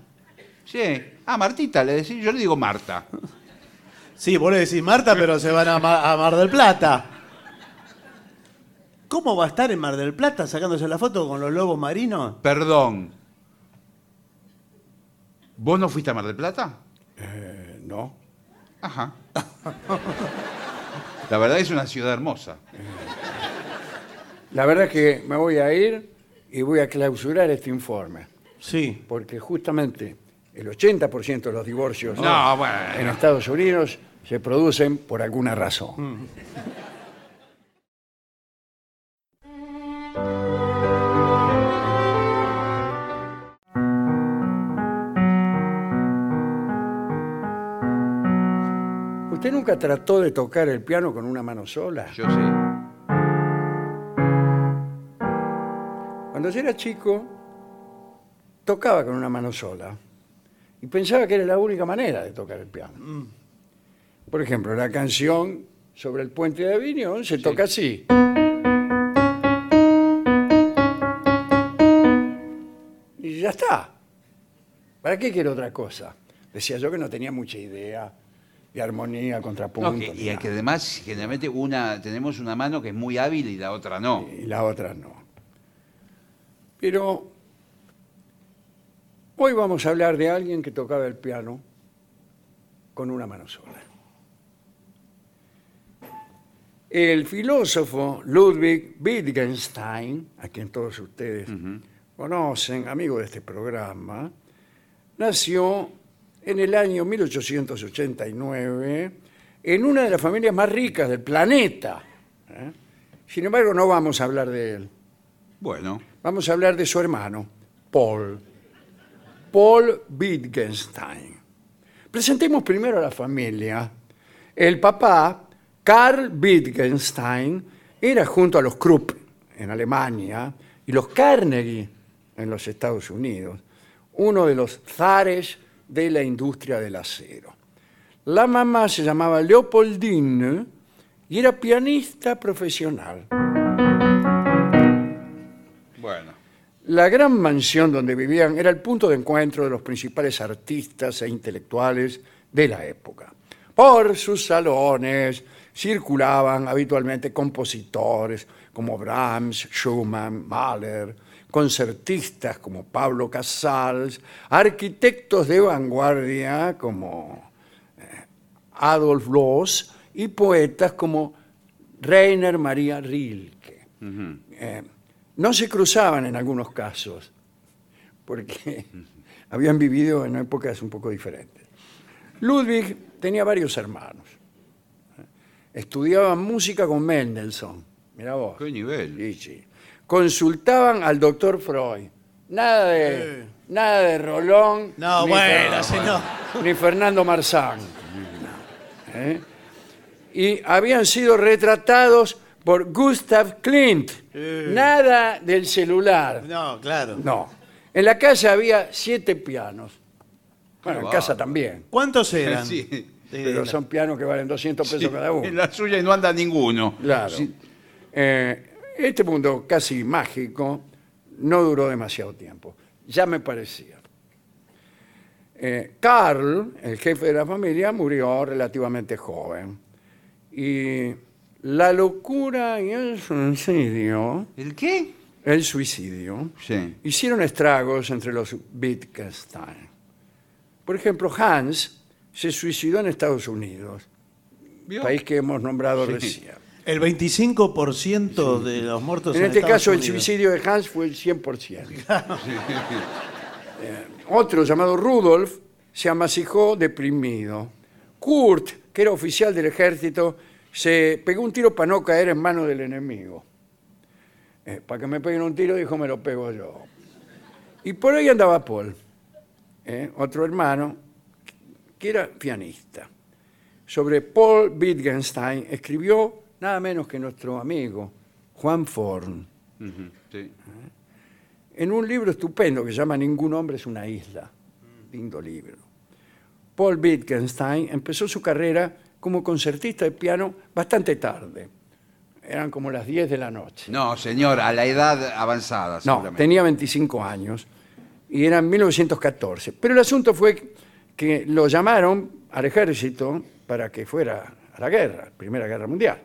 Speaker 4: Sí. Ah, Martita, le decís. Yo le digo Marta.
Speaker 3: Sí, vos le decís Marta, pero se van a, Ma- a Mar del Plata. ¿Cómo va a estar en Mar del Plata sacándose la foto con los lobos marinos?
Speaker 4: Perdón. ¿Vos no fuiste a Mar del Plata?
Speaker 2: Eh, no.
Speaker 4: Ajá. [laughs] La verdad es una ciudad hermosa.
Speaker 2: La verdad es que me voy a ir y voy a clausurar este informe,
Speaker 3: Sí.
Speaker 2: porque justamente el 80% de los divorcios
Speaker 4: No, bueno.
Speaker 2: en Estados Unidos se producen por alguna razón. ¿Usted nunca trató de tocar el piano con una mano sola?
Speaker 4: Yo sí.
Speaker 2: Cuando yo era chico, tocaba con una mano sola y pensaba que era la única manera de tocar el piano.
Speaker 4: Mm.
Speaker 2: Por ejemplo, la canción sobre el puente de Aviñón se toca así. Y ya está. ¿Para qué quiero otra cosa? Decía yo que no tenía mucha idea de armonía, contrapunto.
Speaker 4: No, que-
Speaker 2: ni
Speaker 4: y es
Speaker 2: nada.
Speaker 4: que además, generalmente, una, tenemos una mano que es muy hábil y la otra no.
Speaker 2: y la otra no. Pero hoy vamos a hablar de alguien que tocaba el piano con una mano sola. El filósofo Ludwig Wittgenstein, a quien todos ustedes conocen, amigo de este programa, nació en el año 1889 en una de las familias más ricas del planeta. ¿eh? Sin embargo, no vamos a hablar de él.
Speaker 4: Bueno,
Speaker 2: Vamos a hablar de su hermano, Paul. Paul Wittgenstein. Presentemos primero a la familia. El papá, Karl Wittgenstein, era junto a los Krupp en Alemania y los Carnegie en los Estados Unidos, uno de los zares de la industria del acero. La mamá se llamaba Leopoldine y era pianista profesional.
Speaker 4: bueno.
Speaker 2: La gran mansión donde vivían era el punto de encuentro de los principales artistas e intelectuales de la época. Por sus salones circulaban habitualmente compositores como Brahms, Schumann, Mahler, concertistas como Pablo Casals, arquitectos de vanguardia como eh, Adolf Loos y poetas como Rainer Maria Rilke Eh, no se cruzaban en algunos casos, porque [laughs] habían vivido en épocas un poco diferentes. Ludwig tenía varios hermanos. Estudiaban música con Mendelssohn. Mirá vos.
Speaker 4: Qué nivel.
Speaker 2: Sí, sí. Consultaban al doctor Freud. Nada de, nada de Rolón.
Speaker 3: No,
Speaker 2: ni
Speaker 3: bueno,
Speaker 2: Fer-
Speaker 3: señor.
Speaker 2: Ni Fernando Marzán. ¿Eh? Y habían sido retratados por Gustav Clint.
Speaker 3: Eh.
Speaker 2: Nada del celular.
Speaker 3: No, claro.
Speaker 2: No. En la casa había siete pianos. Bueno, en
Speaker 4: Wow.
Speaker 2: casa también.
Speaker 3: [laughs] ¿Cuántos eran?
Speaker 4: Sí.
Speaker 3: De-
Speaker 2: Pero son pianos que valen 200 pesos cada uno.
Speaker 4: En la suya no anda ninguno.
Speaker 2: Claro.
Speaker 4: Sí.
Speaker 2: Eh, este mundo casi mágico no duró demasiado tiempo. Ya me parecía. Eh, Carl, el jefe de la familia, murió relativamente joven. Y la locura y el suicidio,
Speaker 4: ¿El qué?
Speaker 2: el suicidio,
Speaker 4: Sí.
Speaker 2: hicieron estragos entre los Wittgenstein. Por ejemplo, Hans se suicidó en Estados Unidos,
Speaker 4: ¿Vio?
Speaker 2: país que hemos nombrado
Speaker 4: Sí.
Speaker 2: recién.
Speaker 3: El 25% de los muertos
Speaker 2: En
Speaker 3: en
Speaker 2: este
Speaker 3: Estados
Speaker 2: caso, el
Speaker 3: Unidos.
Speaker 2: suicidio de Hans fue el 100%. Eh, Otro llamado Rudolf se amasijó deprimido. Kurt, que era oficial del ejército, se pegó un tiro para no caer en manos del enemigo. Eh, para que me peguen un tiro, dijo, me lo pego yo. Y por ahí andaba Paul, eh, otro hermano, que era pianista. Sobre Paul Wittgenstein escribió nada menos que nuestro amigo Juan Forn
Speaker 4: Ujú, sí.
Speaker 2: en un libro estupendo que se llama Ningún hombre es una isla. Lindo libro. Paul Wittgenstein empezó su carrera como concertista de piano bastante tarde. Eran como las 10 de la noche.
Speaker 4: No, señor, a la edad avanzada,
Speaker 2: No,
Speaker 4: seguramente.
Speaker 2: tenía 25 años y era en 1914. Pero el asunto fue que lo llamaron al ejército para que fuera a la guerra, Primera Guerra Mundial.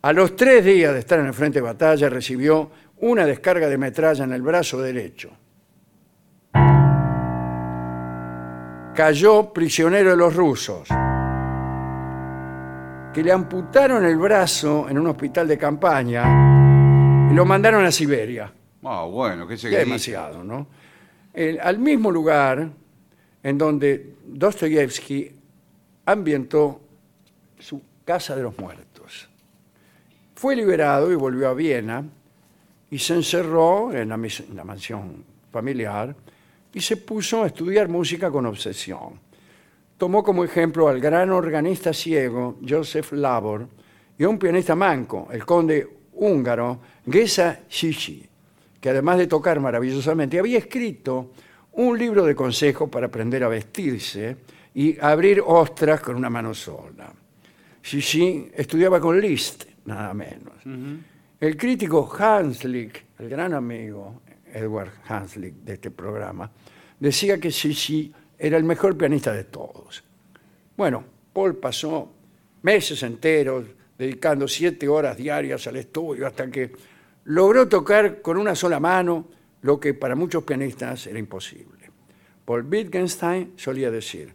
Speaker 2: A los tres días de estar en el frente de batalla recibió una descarga de metralla en el brazo derecho. Cayó prisionero de los rusos, que le amputaron el brazo en un hospital de campaña y lo mandaron a Siberia.
Speaker 4: Ah, bueno, qué sé
Speaker 2: Ya
Speaker 4: qué.
Speaker 2: demasiado, ¿no? El- al mismo lugar en donde Dostoyevsky ambientó su Casa de los Muertos. Fue liberado y volvió a Viena y se encerró en la, mis- en la mansión familiar y se puso a estudiar música con obsesión. Tomó como ejemplo al gran organista ciego Joseph Labor y a un pianista manco, el conde húngaro Gesa Shishi, que además de tocar maravillosamente, había escrito un libro de consejos para aprender a vestirse y abrir ostras con una mano sola. Shishi estudiaba con Liszt, nada menos. El crítico Hanslick, el gran amigo Edward Hanslick de este programa, decía que Sisi era el mejor pianista de todos. Bueno, Paul pasó meses enteros dedicando siete horas diarias al estudio hasta que logró tocar con una sola mano lo que para muchos pianistas era imposible. Paul Wittgenstein solía decir,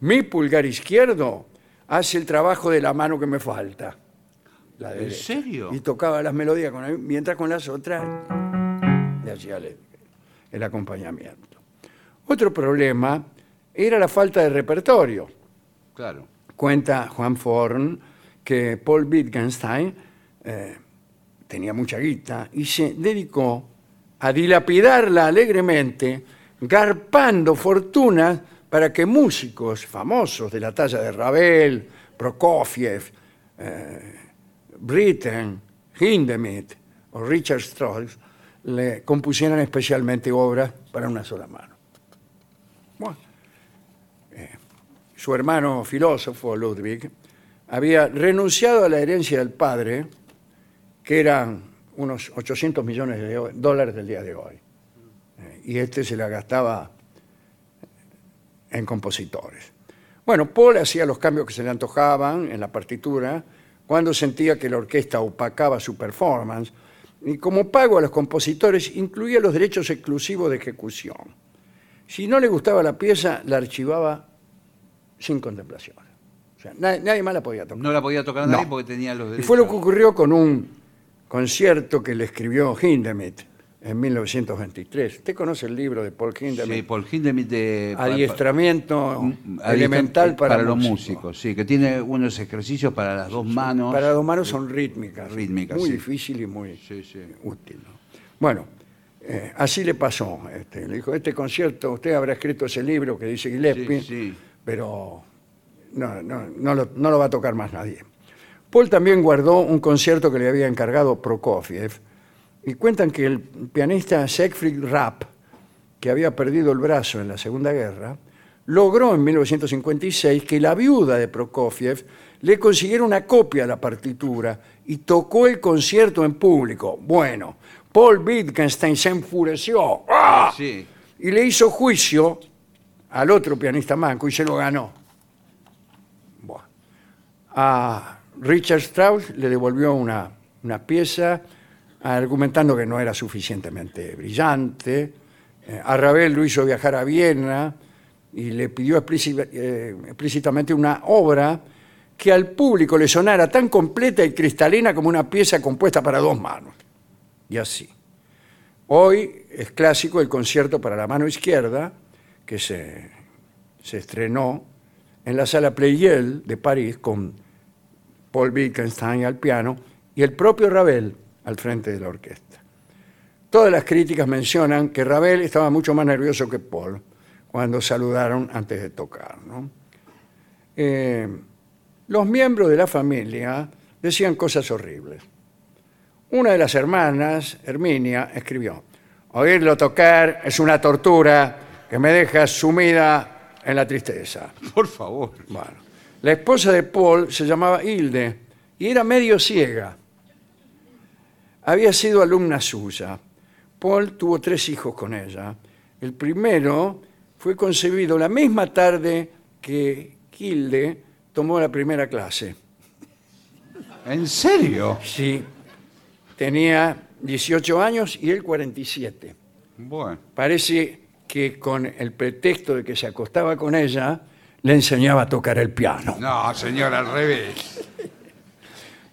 Speaker 2: mi pulgar izquierdo hace el trabajo de la mano que me falta. la
Speaker 4: ¿En
Speaker 2: derecha".
Speaker 4: serio?
Speaker 2: Y tocaba las melodías con la- mientras con las otras le hacía el, el acompañamiento. Otro problema era la falta de repertorio
Speaker 4: Claro.
Speaker 2: cuenta Juan Forn que Paul Wittgenstein eh, tenía mucha guita y se dedicó a dilapidarla alegremente, garpando fortunas para que músicos famosos de la talla de Ravel, Prokofiev, eh, Britten, Hindemith o Richard Strauss le compusieran especialmente obras para una sola mano. Bueno, su hermano filósofo Ludwig, había renunciado a la herencia del padre, que eran unos 800 millones de do- dólares del día de hoy. Eh, Y este se la gastaba en compositores. Bueno, Paul hacía los cambios que se le antojaban en la partitura cuando sentía que la orquesta opacaba su performance y como pago a los compositores incluía los derechos exclusivos de ejecución. Si no le gustaba la pieza, la archivaba sin contemplación. O sea, na- nadie más la podía tocar.
Speaker 4: No la podía tocar nadie
Speaker 2: No.
Speaker 4: porque tenía los
Speaker 2: Y
Speaker 4: derechos.
Speaker 2: fue lo que ocurrió con un concierto que le escribió Hindemith en 1923. Usted conoce el libro de Paul Hindemith,
Speaker 4: Sí, por Hindemith de... pa- pa-
Speaker 2: Adiestramiento
Speaker 4: adiestra-
Speaker 2: Elemental para,
Speaker 4: los músicos. Sí, que tiene unos ejercicios para las dos manos.
Speaker 2: Para los manos son rítmicas.
Speaker 4: eh, Rítmicas,
Speaker 2: Muy
Speaker 4: sí.
Speaker 2: difícil y muy
Speaker 4: Sí, sí.
Speaker 2: útil. ¿no? Bueno, eh, así le pasó. Este, le dijo, este concierto, usted habrá escrito ese libro que dice Gillespie,
Speaker 4: Sí, sí.
Speaker 2: pero no, no- no lo, no lo va a tocar más nadie. Paul también guardó un concierto que le había encargado Prokofiev y cuentan que el pianista Siegfried Rapp, que había perdido el brazo en la Segunda Guerra, logró en 1956 que la viuda de Prokofiev le consiguiera una copia de la partitura y tocó el concierto en público. Bueno, Paul Wittgenstein se enfureció ¡Ah!
Speaker 4: Sí. [laughs]
Speaker 2: y le hizo juicio al otro pianista manco y se lo ganó. Buah. A Richard Strauss le devolvió una, una pieza argumentando que no era suficientemente brillante. Eh, a Ravel lo hizo viajar a Viena y le pidió explíci- eh, explícitamente una obra que al público le sonara tan completa y cristalina como una pieza compuesta para dos manos. Y así. Hoy es clásico el concierto para la mano izquierda, que se, se estrenó en la sala Pleyel de París con Paul Wittgenstein al piano y el propio Ravel al frente de la orquesta. Todas las críticas mencionan que Ravel estaba mucho más nervioso que Paul cuando saludaron antes de tocar. ¿no? Eh, los miembros de la familia decían cosas horribles. Una de las hermanas, Herminia, escribió, oírlo tocar es una tortura que me deja sumida en la tristeza.
Speaker 4: Por favor.
Speaker 2: Bueno, la esposa de Paul se llamaba Hilde y era medio ciega. Había sido alumna suya. Paul tuvo tres hijos con ella. El primero fue concebido la misma tarde que Hilde tomó la primera clase.
Speaker 4: ¿En serio?
Speaker 2: Sí, tenía 18 años y él 47.
Speaker 4: Bueno.
Speaker 2: Parece que con el pretexto de que se acostaba con ella, le enseñaba a tocar el piano.
Speaker 4: No, señor, al revés.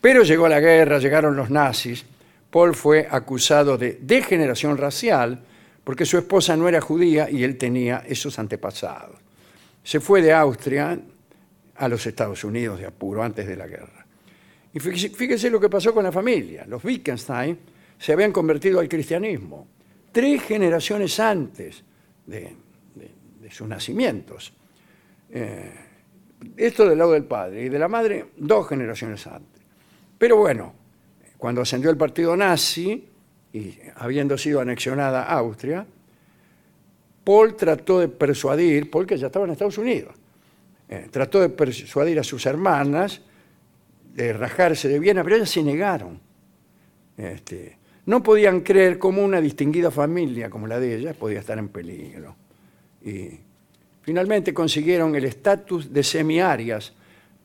Speaker 2: Pero llegó la guerra, llegaron los nazis. Paul fue acusado de degeneración racial porque su esposa no era judía y él tenía esos antepasados. Se fue de Austria a los Estados Unidos de apuro antes de la guerra. Y fíjese, fíjese lo que pasó con la familia. Los Wittgenstein se habían convertido al cristianismo tres generaciones antes de, de- de sus nacimientos. Eh, esto del lado del padre y de la madre dos generaciones antes. Pero bueno, cuando ascendió el partido nazi y habiendo sido anexionada Austria, Paul trató de persuadir, Paul que ya estaba en Estados Unidos, eh, trató de persuadir a sus hermanas de rajarse de Viena, pero ellas se negaron. Este, no podían creer cómo una distinguida familia como la de ellas podía estar en peligro. Y finalmente consiguieron el estatus de semiarias.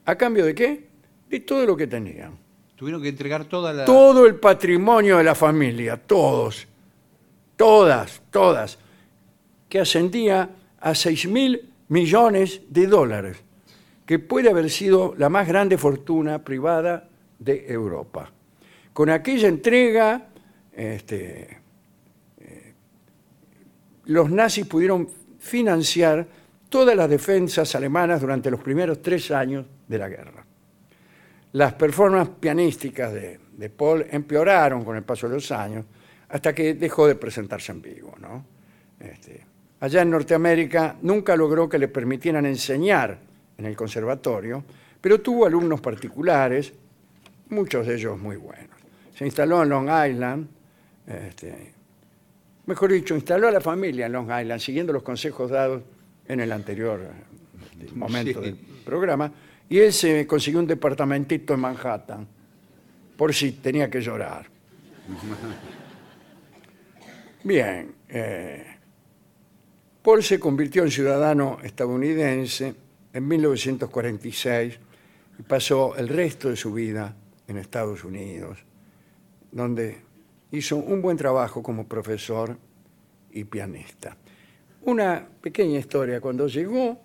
Speaker 2: ¿A cambio de qué? De todo lo que tenían.
Speaker 4: Tuvieron que entregar toda la.
Speaker 2: Todo el patrimonio de la familia, todos, todas, todas, que ascendía a 6 mil millones de dólares, que puede haber sido la más grande fortuna privada de Europa. Con aquella entrega, este, eh, los nazis pudieron financiar todas las defensas alemanas durante los primeros tres años de la guerra. Las performances pianísticas de, de Paul empeoraron con el paso de los años hasta que dejó de presentarse en vivo. ¿no? Este, allá en Norteamérica nunca logró que le permitieran enseñar en el conservatorio, pero tuvo alumnos particulares, muchos de ellos muy buenos. Se instaló en Long Island, este, mejor dicho, instaló a la familia en Long Island, siguiendo los consejos dados en el anterior este, momento
Speaker 4: Sí.
Speaker 2: del programa, y él se consiguió un departamentito en Manhattan, por si tenía que llorar. Bien, eh, Paul se convirtió en ciudadano estadounidense en 1946 y pasó el resto de su vida en Estados Unidos, donde hizo un buen trabajo como profesor y pianista. Una pequeña historia, cuando llegó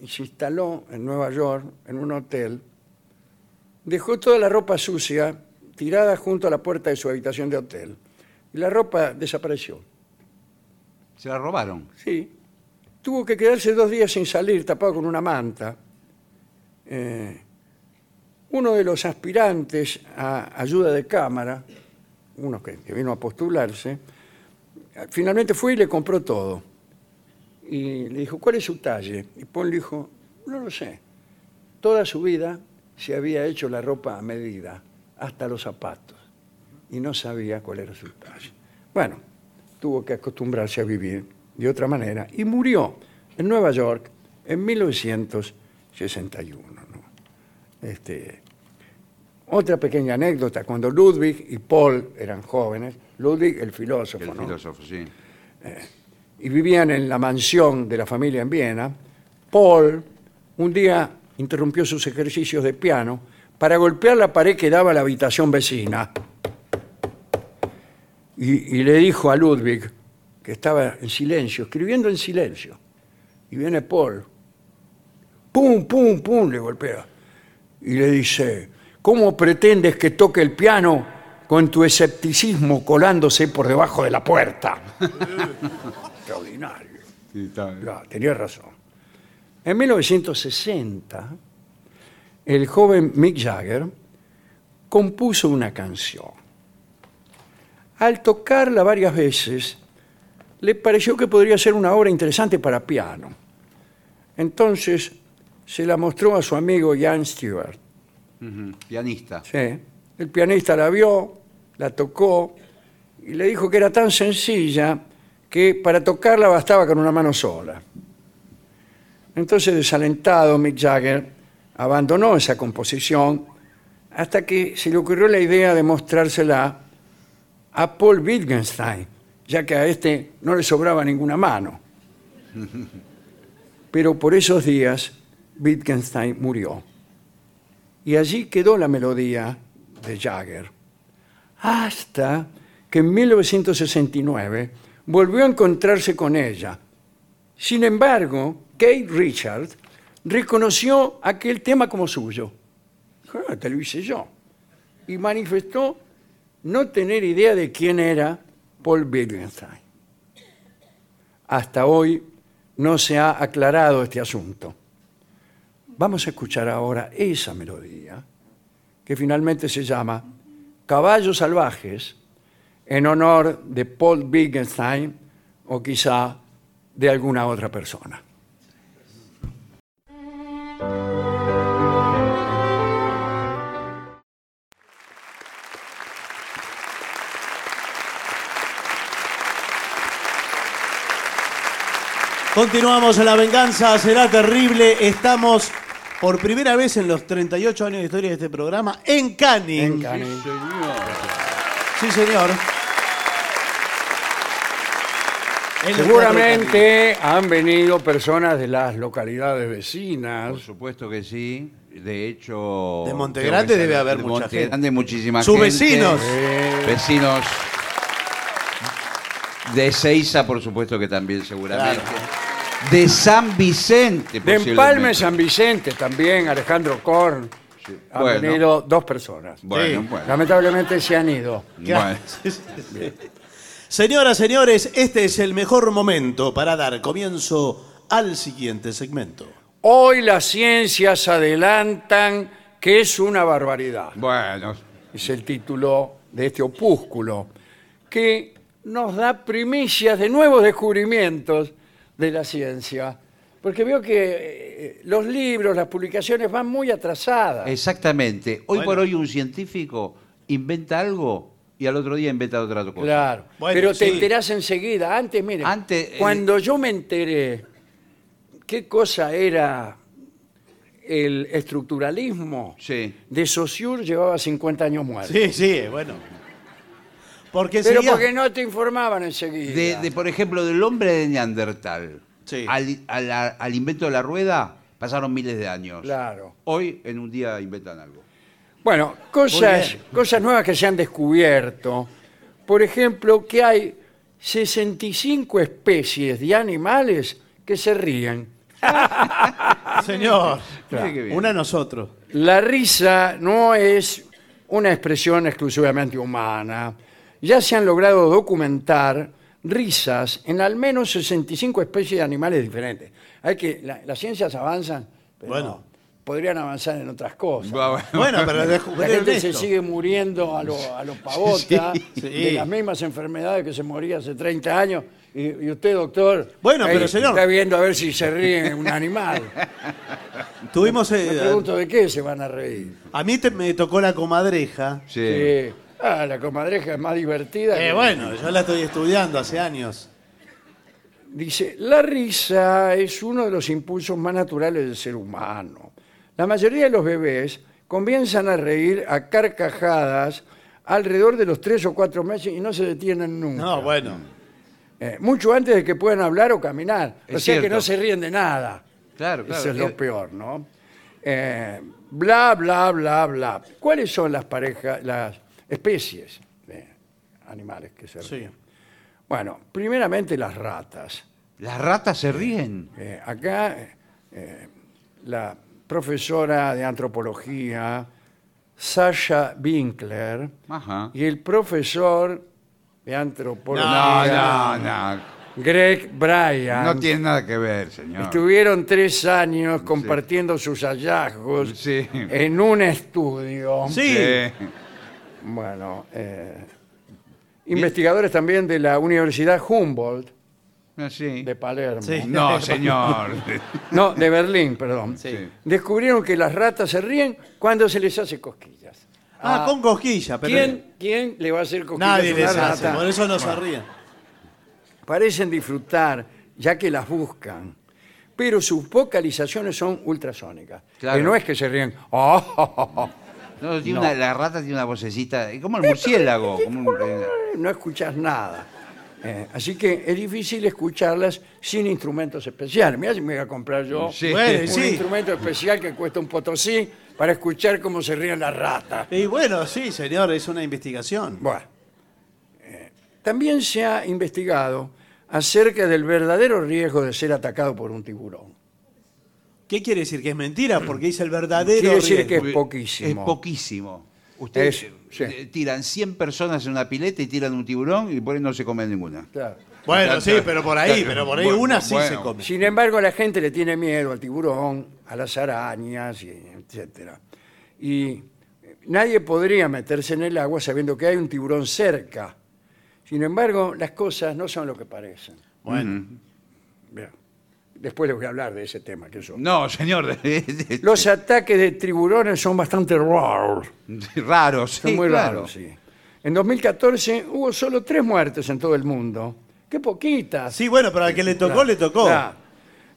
Speaker 2: y se instaló en Nueva York, en un hotel, dejó toda la ropa sucia tirada junto a la puerta de su habitación de hotel. Y la ropa desapareció.
Speaker 4: Se la robaron.
Speaker 2: Sí. Tuvo que quedarse dos días sin salir, tapado con una manta. Eh, uno de los aspirantes a ayuda de cámara, uno que, que vino a postularse, finalmente fue y le compró todo. Y le dijo, ¿cuál es su talle? Y Paul dijo, no lo sé. Toda su vida se había hecho la ropa a medida, hasta los zapatos, y no sabía cuál era su talla. Bueno, tuvo que acostumbrarse a vivir de otra manera y murió en Nueva York en 1961. ¿no? Este, otra pequeña anécdota, cuando Ludwig y Paul eran jóvenes, Ludwig el filósofo,
Speaker 4: El
Speaker 2: ¿no?
Speaker 4: filósofo, sí.
Speaker 2: y vivían en la mansión de la familia en Viena, Paul un día interrumpió sus ejercicios de piano para golpear la pared que daba a la habitación vecina. Y, y le dijo a Ludwig, que estaba en silencio, escribiendo en silencio, y viene Paul, pum, pum, pum, le golpea, y le dice, ¿cómo pretendes que toque el piano con tu escepticismo colándose por debajo de la puerta? Extraordinario. Claro, tenía razón. En 1960, el joven Mick Jagger compuso una canción. Al tocarla varias veces, le pareció que podría ser una obra interesante para piano. Entonces se la mostró a su amigo Jan Stewart.
Speaker 4: Ujú, Pianista.
Speaker 2: Sí. El pianista la vio, la tocó y le dijo que era tan sencilla que para tocarla bastaba con una mano sola. Entonces, desalentado, Mick Jagger abandonó esa composición hasta que se le ocurrió la idea de mostrársela a Paul Wittgenstein, ya que a este no le sobraba ninguna mano. Pero por esos días, Wittgenstein murió. Y allí quedó la melodía de Jagger. Hasta que en 1969 volvió a encontrarse con ella. Sin embargo, Kate Richard reconoció aquel tema como suyo. Dijo, "Ah, te lo hice yo. Y manifestó no tener idea de quién era Paul Wittgenstein. Hasta hoy no se ha aclarado este asunto. Vamos a escuchar ahora esa melodía que finalmente se llama Caballos Salvajes en honor de Paul Wittgenstein o quizá de alguna otra persona.
Speaker 3: Continuamos en La Venganza Será Terrible. Estamos por primera vez en los 38 años de historia de este programa en Canning.
Speaker 2: En Cannes.
Speaker 3: Sí, señor. En el Teatro
Speaker 2: Seguramente han venido personas de las localidades vecinas.
Speaker 4: Por supuesto que sí. De hecho.
Speaker 3: De Monte Grande debe haber
Speaker 4: de
Speaker 3: mucha
Speaker 4: Monte
Speaker 3: gente.
Speaker 4: Grande muchísima
Speaker 3: Sus
Speaker 4: gente.
Speaker 3: vecinos.
Speaker 4: Eh, Vecinos. De Seiza, por supuesto que también, seguramente. De San Vicente,
Speaker 2: De Empalme
Speaker 4: posiblemente.
Speaker 2: San Vicente también, Alejandro Korn.
Speaker 4: Sí.
Speaker 2: Han
Speaker 4: Bueno.
Speaker 2: venido dos personas.
Speaker 4: Bueno,
Speaker 3: Sí.
Speaker 4: bueno.
Speaker 2: Lamentablemente se han ido.
Speaker 4: Bueno.
Speaker 3: Señoras, señores, este es el mejor momento para dar comienzo al siguiente segmento.
Speaker 2: Hoy las ciencias adelantan que es una barbaridad.
Speaker 4: Bueno.
Speaker 2: Es el título de este opúsculo que nos da primicias de nuevos descubrimientos de la ciencia. Porque veo que eh, los libros, las publicaciones van muy atrasadas.
Speaker 4: Exactamente. Hoy
Speaker 3: Bueno.
Speaker 4: por hoy un científico inventa algo y al otro día inventa otra cosa.
Speaker 2: Claro.
Speaker 3: Bueno,
Speaker 2: Pero te
Speaker 3: sí.
Speaker 2: enterás enseguida. Antes, mire,
Speaker 4: Antes, eh,
Speaker 2: cuando yo me enteré qué cosa era el estructuralismo,
Speaker 4: Sí.
Speaker 2: de Saussure llevaba 50 años muerto.
Speaker 3: Sí, sí, bueno. Porque
Speaker 2: Pero
Speaker 3: sería-
Speaker 2: porque no te informaban enseguida.
Speaker 4: De, de, por ejemplo, del hombre de Neandertal
Speaker 3: Sí.
Speaker 4: al, a la- al invento de la rueda pasaron miles de años.
Speaker 2: Claro.
Speaker 4: Hoy en un día inventan algo.
Speaker 2: Bueno,
Speaker 3: Muy
Speaker 2: cosas,
Speaker 3: bien.
Speaker 2: cosas nuevas que se han descubierto. Por ejemplo, que hay 65 especies de animales que se ríen.
Speaker 3: Ah, Señor,
Speaker 4: Claro. Mire qué bien.
Speaker 3: una a nosotros.
Speaker 2: La risa no es una expresión exclusivamente humana. Ya se han logrado documentar risas en al menos 65 especies de animales diferentes. Hay que la- las ciencias avanzan, pero
Speaker 3: Bueno.
Speaker 2: podrían avanzar en otras cosas.
Speaker 3: Bueno,
Speaker 2: [laughs]
Speaker 3: pero
Speaker 2: La
Speaker 3: descubrir
Speaker 2: gente se
Speaker 3: esto.
Speaker 2: sigue muriendo a los a lo pavotas
Speaker 3: Sí, sí.
Speaker 2: de las mismas enfermedades que se moría hace 30 años. Y, y usted, doctor,
Speaker 3: Bueno, pero, señor. [laughs]
Speaker 2: está viendo a ver si se ríe un animal.
Speaker 3: Tuvimos. eh,
Speaker 2: Me pregunto de qué se van a reír.
Speaker 3: a mí te- me tocó la comadreja.
Speaker 4: [laughs] Sí.
Speaker 2: Sí. Ah, la comadreja es más divertida.
Speaker 3: Eh,
Speaker 2: que-
Speaker 3: bueno, yo la estoy estudiando hace años.
Speaker 2: Dice, la risa es uno de los impulsos más naturales del ser humano. La mayoría de los bebés comienzan a reír a carcajadas alrededor de los tres o cuatro meses y no se detienen nunca.
Speaker 3: No, bueno.
Speaker 2: Eh, mucho antes de que puedan hablar o caminar. o
Speaker 4: Es
Speaker 2: sea que
Speaker 4: cierto.
Speaker 2: no se ríen de nada.
Speaker 4: Claro, claro.
Speaker 2: Eso es lo
Speaker 4: Eh,
Speaker 2: peor, ¿no? Eh, bla, bla, bla, bla. ¿Cuáles son las parejas, las especies de animales que se
Speaker 3: Sí.
Speaker 2: ríen? Bueno, primeramente las ratas.
Speaker 4: Las ratas se ríen.
Speaker 2: Eh, acá eh, la profesora de antropología, Sasha Winkler,
Speaker 4: Ajá.
Speaker 2: y el profesor de
Speaker 4: No,
Speaker 2: antropología,
Speaker 4: no, no.
Speaker 2: Greg Bryan,
Speaker 4: No tiene nada que ver, señor.
Speaker 2: estuvieron tres años compartiendo sus hallazgos
Speaker 4: Sí.
Speaker 2: en un estudio.
Speaker 3: Sí.
Speaker 2: Bueno, eh, investigadores también de la Universidad Humboldt
Speaker 4: No, sí.
Speaker 2: de Palermo.
Speaker 3: Sí.
Speaker 4: No, señor.
Speaker 2: No, de Berlín, perdón.
Speaker 4: Sí.
Speaker 2: Descubrieron que las ratas se ríen cuando se les hace cosquillas.
Speaker 3: Ah, con cosquilla, pero.
Speaker 2: ¿Quién, quién le va a hacer cosquillas
Speaker 3: Nadie
Speaker 2: a una
Speaker 3: les hace,
Speaker 2: rata?
Speaker 3: por eso no se ríen.
Speaker 2: Parecen disfrutar, ya que las buscan. Pero sus vocalizaciones son ultrasónicas.
Speaker 4: Claro.
Speaker 2: Que no es que se ríen. [laughs] "Oh, oh, oh, oh".
Speaker 4: No, tiene una- la rata tiene una vocecita. eh, Como el murciélago. como un- eh,
Speaker 2: No escuchas nada. Eh, así que es difícil escucharlas sin instrumentos especiales. Mira si me voy a comprar yo
Speaker 4: Sí.
Speaker 3: Bueno, y
Speaker 2: un
Speaker 3: sí.
Speaker 2: instrumento especial que cuesta un potosí para escuchar cómo se ríen las ratas.
Speaker 3: Y bueno, sí, señor, es una investigación.
Speaker 2: Bueno, eh, también se ha investigado acerca del verdadero riesgo de ser atacado por un tiburón.
Speaker 3: ¿Qué quiere decir? ¿Que es mentira? Porque dice el verdadero.
Speaker 2: Quiere decir
Speaker 3: riesgo.
Speaker 2: que Es poquísimo.
Speaker 4: eh, Es poquísimo. Ustedes
Speaker 2: Es- sí.
Speaker 4: eh, tiran 100 personas en una pileta y tiran un tiburón y por ahí no se comen ninguna.
Speaker 3: Bueno, sí, pero por ahí, pero por ahí
Speaker 4: Bueno,
Speaker 3: una sí
Speaker 4: bueno.
Speaker 3: se come.
Speaker 2: Sin embargo, la gente le tiene miedo al tiburón, a las arañas, y etcétera. Y eh, nadie podría meterse en el agua sabiendo que hay un tiburón cerca. Sin embargo, las cosas no son lo que parecen. Mm.
Speaker 3: Bueno,
Speaker 2: Bien. Después les voy a hablar de ese tema que son.
Speaker 4: No, señor. [laughs]
Speaker 2: Los ataques de tiburones son bastante raros.
Speaker 4: raros. Sí,
Speaker 2: Son muy
Speaker 4: claro.
Speaker 2: raros, sí. En 2014 hubo solo tres muertes en todo el mundo. ¡Qué poquitas!
Speaker 3: sí, bueno, pero al que le tocó, le tocó.
Speaker 2: Ah,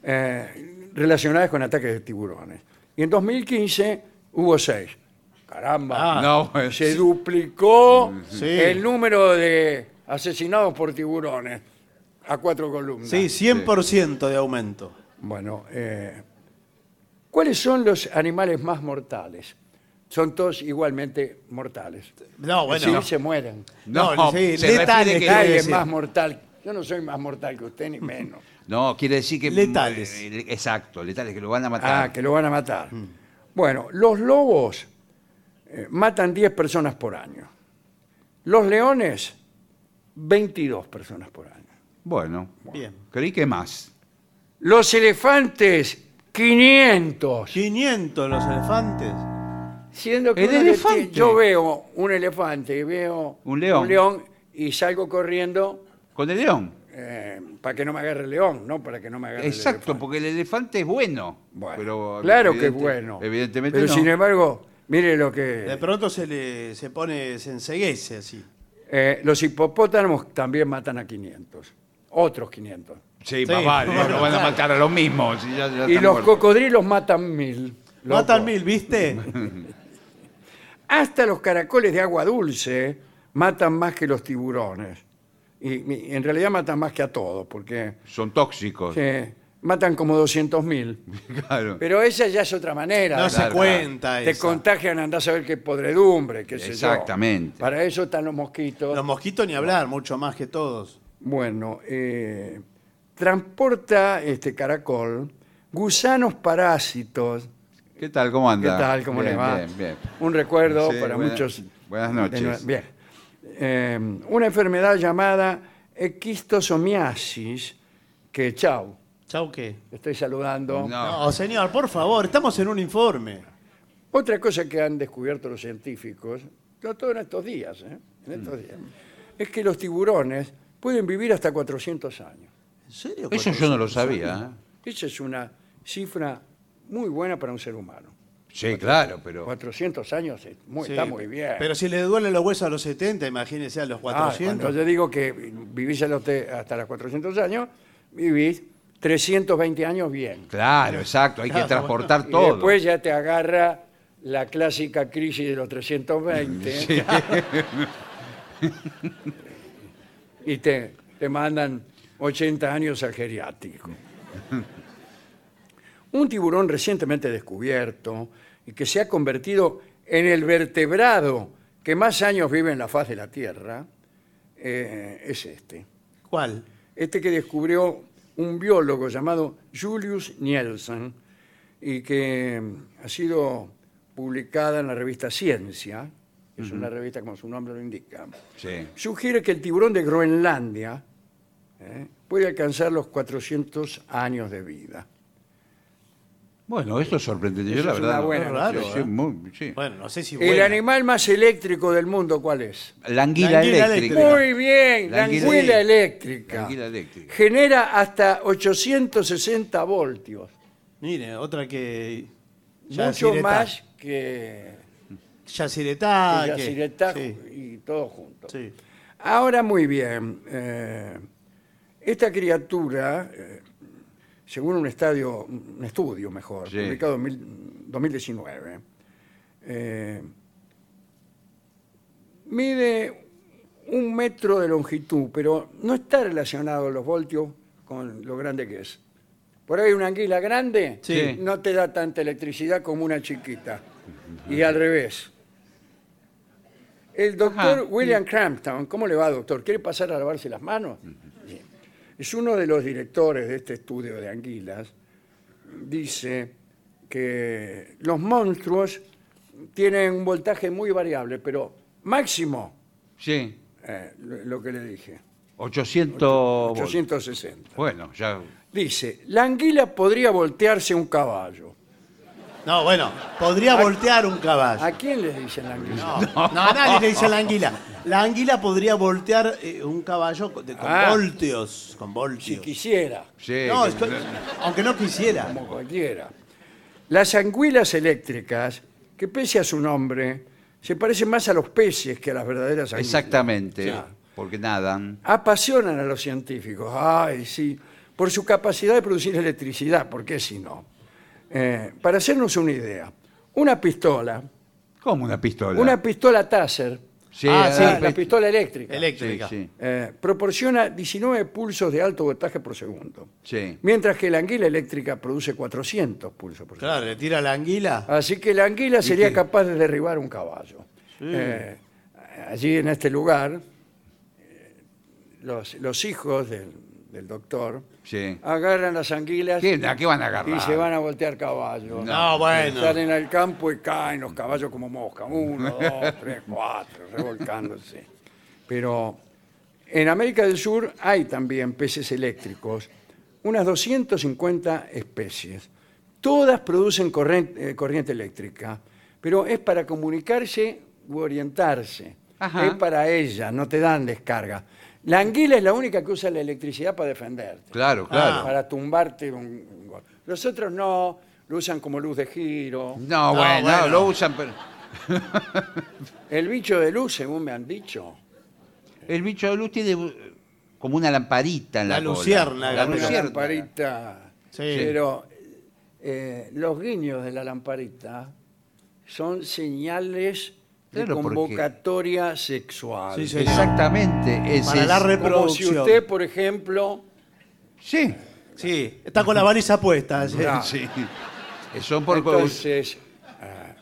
Speaker 2: eh, relacionadas con ataques de tiburones. Y en 2015 hubo seis. Caramba.
Speaker 3: Ah,
Speaker 4: No, bueno,
Speaker 2: Se
Speaker 4: sí.
Speaker 2: duplicó
Speaker 3: Sí.
Speaker 2: el número de asesinados por tiburones a cuatro columnas.
Speaker 3: Sí, 100% de aumento.
Speaker 2: Bueno, eh, ¿cuáles son los animales más mortales? Son todos igualmente mortales.
Speaker 3: No, bueno.
Speaker 2: Sí,
Speaker 3: no.
Speaker 2: se mueren.
Speaker 4: No,
Speaker 3: No, sí,
Speaker 4: se refiere
Speaker 3: letales,
Speaker 4: que-
Speaker 3: quiero
Speaker 2: Nadie es
Speaker 3: decir.
Speaker 2: más mortal. Yo no soy más mortal que usted, ni menos.
Speaker 4: No, quiere decir que.
Speaker 3: Letales.
Speaker 4: eh, exacto, letales, que lo van a matar. Mm.
Speaker 2: Ah, que lo van a matar. Bueno, los lobos eh, matan 10 personas por año. Los leones, 22 personas por año.
Speaker 4: Bueno,
Speaker 3: Bien.
Speaker 4: creí que más.
Speaker 2: Los elefantes, 500.
Speaker 3: 500 los elefantes.
Speaker 2: Siendo que
Speaker 4: ¿El
Speaker 2: uno le tie-
Speaker 4: elefante?
Speaker 2: yo veo un elefante y veo
Speaker 4: Un león.
Speaker 2: y salgo corriendo
Speaker 4: Con el león.
Speaker 2: eh, para que no me agarre el león, no para que no me agarre el
Speaker 4: Exacto,
Speaker 2: elefante.
Speaker 4: porque el elefante es bueno.
Speaker 2: Bueno,
Speaker 4: pero
Speaker 2: claro que es
Speaker 4: evidente-
Speaker 2: bueno.
Speaker 4: Evidentemente
Speaker 2: Pero
Speaker 4: no.
Speaker 2: sin embargo, mire lo
Speaker 3: De
Speaker 2: que...
Speaker 3: pronto se le se pone, se enseguece así.
Speaker 2: eh, los hipopótamos también matan a 500. Otros 500.
Speaker 4: Sí,
Speaker 3: Sí.
Speaker 4: más vale, lo van a matar a lo mismo. si ya- ya
Speaker 2: Y
Speaker 4: están
Speaker 2: los
Speaker 4: muertos.
Speaker 2: cocodrilos matan mil. loco.
Speaker 3: Matan mil, [laughs] ¿viste?
Speaker 2: Hasta los caracoles de agua dulce matan más que los tiburones. Y, y en realidad matan más que a todos, porque
Speaker 4: Son tóxicos.
Speaker 2: eh, matan como 200.000
Speaker 4: [laughs]
Speaker 2: mil.
Speaker 4: Claro.
Speaker 2: Pero esa ya es otra manera.
Speaker 3: No
Speaker 2: de-
Speaker 3: se
Speaker 4: claro.
Speaker 3: cuenta
Speaker 2: Te
Speaker 3: esa.
Speaker 2: contagian, andás a ver qué podredumbre, qué sé yo.
Speaker 4: Exactamente.
Speaker 2: Para eso están los mosquitos.
Speaker 3: Los mosquitos ni hablar, mucho más que todos.
Speaker 2: Bueno, eh, transporta este caracol gusanos parásitos
Speaker 4: ¿Qué tal? ¿Cómo
Speaker 2: ¿Qué
Speaker 4: anda?
Speaker 2: tal? ¿Cómo
Speaker 4: Bien,
Speaker 2: le va?
Speaker 4: Bien, bien.
Speaker 2: Un recuerdo
Speaker 4: Sí,
Speaker 2: para
Speaker 4: buena-
Speaker 2: muchos.
Speaker 4: buenas
Speaker 2: de
Speaker 4: noches.
Speaker 2: nue- bien. Eh, una enfermedad llamada equistosomiasis, que chau,
Speaker 3: ¿Chau qué?
Speaker 2: estoy saludando.
Speaker 4: No.
Speaker 3: No, señor, por favor, estamos en un informe.
Speaker 2: Otra cosa que han descubierto los científicos, no todo en estos días, ¿eh? en estos días,
Speaker 4: Mm.
Speaker 2: es que los tiburones pueden vivir hasta 400 años.
Speaker 3: ¿En serio?
Speaker 4: Eso yo no lo sabía. ¿eh?
Speaker 2: Esa es una cifra muy buena para un ser humano.
Speaker 4: Sí, claro, pero.
Speaker 2: 400 años es muy-
Speaker 3: Sí,
Speaker 2: está muy bien.
Speaker 3: Pero si le duelen los huesos a los 70, imagínese a los
Speaker 2: Ah, cuando
Speaker 3: 400.
Speaker 2: yo digo que vivís a los te- hasta los 400 años, vivís 320 años bien.
Speaker 4: Claro, exacto, hay que
Speaker 3: Claro,
Speaker 4: transportar
Speaker 2: Y
Speaker 4: todo.
Speaker 2: después ya te agarra la clásica crisis de los 320. [laughs] y te, te mandan 80 años al geriátrico. Un tiburón recientemente descubierto y que se ha convertido en el vertebrado que más años vive en la faz de la Tierra eh, es este.
Speaker 3: ¿Cuál?
Speaker 2: Este que descubrió un biólogo llamado Julius Nielsen y que mm, ha sido publicada en la revista Ciencia, es una revista como su nombre lo indica,
Speaker 4: Sí.
Speaker 2: sugiere que el tiburón de Groenlandia ¿eh? puede alcanzar los 400 años de vida.
Speaker 4: Bueno, esto es sorprendente. Yo,
Speaker 2: Eso
Speaker 4: la
Speaker 2: es
Speaker 4: verdad.
Speaker 2: una buena ¿eh?
Speaker 4: no-
Speaker 3: noticia.
Speaker 4: sí, sí, muy- sí.
Speaker 3: Bueno, no sé si
Speaker 2: El
Speaker 3: buena.
Speaker 2: animal más eléctrico del mundo, ¿cuál es?
Speaker 4: La anguila,
Speaker 3: La anguila
Speaker 4: eléctrica.
Speaker 3: eléctrica.
Speaker 2: Muy bien, la
Speaker 4: La anguila-
Speaker 2: anguila eléctrica.
Speaker 4: La anguila eléctrica.
Speaker 2: Genera hasta 860 voltios.
Speaker 3: Mire, otra que.
Speaker 2: mucho
Speaker 3: Yacyretá.
Speaker 2: más que
Speaker 3: Yacyretá,
Speaker 2: que
Speaker 3: que-
Speaker 2: Yacyretá
Speaker 3: Ah, Sí,
Speaker 2: y todo junto.
Speaker 3: sí.
Speaker 2: Ahora muy bien, eh, esta criatura, eh, según un estadio, un estudio mejor,
Speaker 4: Sí.
Speaker 2: publicado en mil- 2019, eh, mide un metro de longitud, pero no está relacionado los voltios con lo grande que es. Por ahí una anguila grande
Speaker 4: Sí.
Speaker 2: no te da tanta electricidad como una chiquita. Y al revés. El doctor
Speaker 4: Ajá.
Speaker 2: William Crampton, ¿cómo le va, doctor? ¿Quiere pasar a lavarse las manos? Bien. Es uno de los directores de este estudio de anguilas. Dice que los monstruos tienen un voltaje muy variable, pero máximo,
Speaker 4: Sí.
Speaker 2: eh, lo lo que le dije,
Speaker 4: 800.
Speaker 2: 860.
Speaker 4: Bueno, ya.
Speaker 2: Dice, la anguila podría voltearse un caballo.
Speaker 3: No, bueno, podría voltear un caballo.
Speaker 2: ¿A quién le dicen la anguila?
Speaker 3: No, no, a nadie le dice la anguila. La anguila podría voltear eh, un caballo con, de- con
Speaker 2: Ah.
Speaker 3: voltios. Con
Speaker 2: Si
Speaker 3: voltios.
Speaker 2: quisiera.
Speaker 4: Sí.
Speaker 3: No,
Speaker 4: que-
Speaker 3: esto- aunque no quisiera.
Speaker 2: como cualquiera. Las anguilas eléctricas, que pese a su nombre, se parecen más a los peces que a las verdaderas anguilas.
Speaker 4: Exactamente.
Speaker 2: Ya.
Speaker 4: Porque nadan.
Speaker 2: Apasionan a los científicos, ay, sí, por su capacidad de producir electricidad, ¿por qué si no? Eh, para hacernos una idea, una pistola,
Speaker 4: Como una pistola.
Speaker 2: una pistola Taser,
Speaker 4: Sí,
Speaker 3: Ah, sí,
Speaker 2: la,
Speaker 4: ah,
Speaker 2: la
Speaker 4: pe-
Speaker 2: pistola eléctrica,
Speaker 3: Eléctrica.
Speaker 4: Sí, sí.
Speaker 2: eh, proporciona 19 pulsos de alto voltaje por segundo,
Speaker 4: Sí.
Speaker 2: mientras que la anguila eléctrica produce 400 pulsos por segundo.
Speaker 3: Claro, le tira la anguila.
Speaker 2: Así que la anguila sería
Speaker 4: qué?
Speaker 2: capaz de derribar un caballo. Eh, allí en este lugar, eh, los, los hijos del, del doctor
Speaker 4: Sí.
Speaker 2: agarran las anguilas
Speaker 4: ¿Qué, ¿A qué van a
Speaker 2: y
Speaker 4: agarrar?
Speaker 2: se van a voltear caballos.
Speaker 3: No, bueno.
Speaker 2: Salen al campo y caen los caballos como mosca. Uno,
Speaker 4: [laughs]
Speaker 2: dos, tres, cuatro, revolcándose. Pero en América del Sur hay también peces eléctricos, unas 250 especies. Todas producen corriente, eh, corriente eléctrica, pero es para comunicarse u orientarse.
Speaker 4: Ajá.
Speaker 2: Es para ellas, no te dan descarga. La anguila es la única que usa la electricidad para defenderte
Speaker 4: Claro, claro.
Speaker 2: para tumbarte un, un gol. Los otros no, lo usan como luz de giro.
Speaker 4: No,
Speaker 3: No,
Speaker 4: bueno,
Speaker 3: bueno.
Speaker 4: lo usan. pero-
Speaker 2: El bicho de luz, según me han dicho.
Speaker 4: El bicho de luz tiene eh, como una lamparita en la,
Speaker 3: La
Speaker 4: cola.
Speaker 3: luciérnaga,
Speaker 4: La
Speaker 2: Una
Speaker 3: una
Speaker 4: luciérnaga.
Speaker 2: lamparita.
Speaker 3: Sí.
Speaker 2: Pero eh, los guiños de la lamparita son señales de
Speaker 4: Claro, porque-
Speaker 2: convocatoria sexual.
Speaker 3: Sí, señor.
Speaker 4: Exactamente. ese
Speaker 3: Para la
Speaker 4: es-
Speaker 2: Como si
Speaker 3: reproducción.
Speaker 2: usted, por ejemplo,
Speaker 4: Sí. eh,
Speaker 3: Sí, está con la baliza puesta. sí.
Speaker 2: Claro.
Speaker 4: Sí. Eh, Son por
Speaker 2: entonces ah,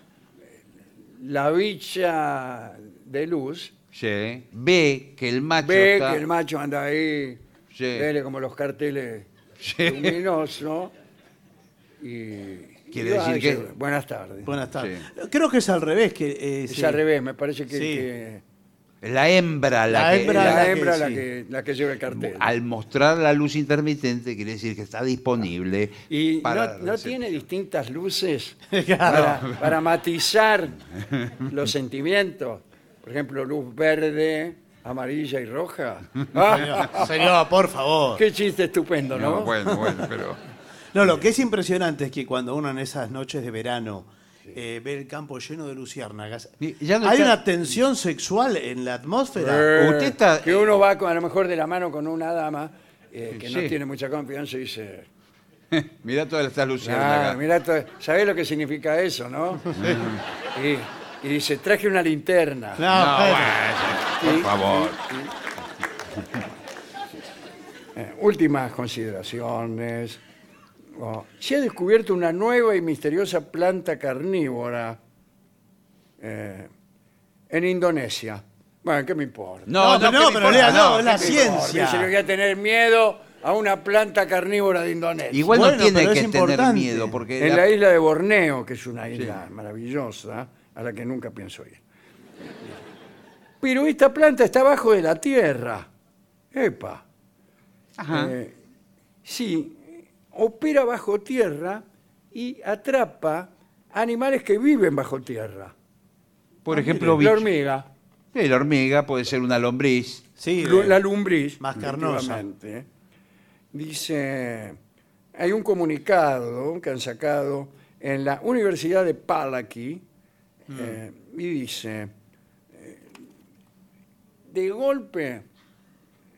Speaker 2: la bicha de luz
Speaker 4: Sí. Ve que el macho
Speaker 2: ve
Speaker 4: está.
Speaker 2: que el macho anda ahí,
Speaker 4: Sí.
Speaker 2: vele como los carteles
Speaker 4: Sí.
Speaker 2: luminosos. Y, y
Speaker 4: Quiere
Speaker 2: va
Speaker 4: decir
Speaker 2: y dice,
Speaker 4: que-
Speaker 2: Buenas tardes.
Speaker 3: Buenas tardes. Creo que es al revés. Que, eh,
Speaker 2: es
Speaker 3: sí.
Speaker 2: al revés, me parece que,
Speaker 3: Sí.
Speaker 2: que
Speaker 4: La hembra, la,
Speaker 3: La
Speaker 4: que-
Speaker 3: hembra,
Speaker 4: la-
Speaker 2: la
Speaker 3: que
Speaker 2: hembra la
Speaker 3: sí.
Speaker 2: que, la que lleva el cartel.
Speaker 4: al mostrar la luz intermitente quiere decir que está disponible.
Speaker 2: Y
Speaker 4: para
Speaker 2: no, no
Speaker 4: recibir.
Speaker 2: tiene distintas luces
Speaker 3: [laughs] Claro.
Speaker 2: para, para matizar los sentimientos. Por ejemplo, luz verde, amarilla y roja.
Speaker 3: [laughs] Señor, señor, por favor.
Speaker 2: Qué chiste estupendo, ¿no?
Speaker 4: No, bueno, bueno, pero [laughs]
Speaker 3: No, lo que es impresionante es que cuando uno en esas noches de verano eh, ve el campo lleno de luciérnagas,
Speaker 4: Y ya no
Speaker 3: hay
Speaker 4: está-
Speaker 3: una tensión sexual en la atmósfera.
Speaker 2: Eh,
Speaker 4: usted está-
Speaker 2: Que uno va con- a lo mejor de la mano con una dama eh, que no
Speaker 4: Sí.
Speaker 2: tiene mucha confianza y dice,
Speaker 4: Mirá todas estas
Speaker 2: ah,
Speaker 4: luciérnagas.
Speaker 2: mira, to- ¿sabés lo que significa eso, no? y, y dice, traje una linterna.
Speaker 3: No,
Speaker 4: No,
Speaker 3: bueno.
Speaker 4: bueno, por favor.
Speaker 2: Eh, últimas consideraciones. Oh, Se ha descubierto una nueva y misteriosa planta carnívora eh, en Indonesia. Bueno, ¿qué me importa?
Speaker 4: No,
Speaker 3: No,
Speaker 4: no,
Speaker 3: pero no,
Speaker 4: ¿qué le
Speaker 3: pero lea,
Speaker 4: importa?
Speaker 3: no,
Speaker 4: No,
Speaker 3: es la
Speaker 2: ¿Qué me
Speaker 3: ciencia.
Speaker 2: importa? Dice que voy a tener miedo a una planta carnívora de Indonesia.
Speaker 4: Igual
Speaker 3: Bueno,
Speaker 4: no tiene
Speaker 3: pero es
Speaker 4: que tener
Speaker 3: importante.
Speaker 4: miedo, porque
Speaker 2: en
Speaker 4: la-
Speaker 2: la isla de Borneo, que es una isla maravillosa, a la que nunca pienso ir. Pero esta planta está abajo de la tierra. Epa.
Speaker 4: Ajá.
Speaker 2: Eh, sí, opera bajo tierra y atrapa animales que viven bajo tierra.
Speaker 4: por ejemplo,
Speaker 2: La
Speaker 4: bicho.
Speaker 2: hormiga,
Speaker 4: Sí, la hormiga puede ser una lombriz.
Speaker 3: Sí,
Speaker 2: lu-
Speaker 3: eh,
Speaker 2: la lumbriz.
Speaker 3: Más carnosa.
Speaker 2: efectivamente. Dice, hay un comunicado que han sacado en la Universidad de Palaki
Speaker 3: Mm.
Speaker 2: eh, y dice, eh, de golpe...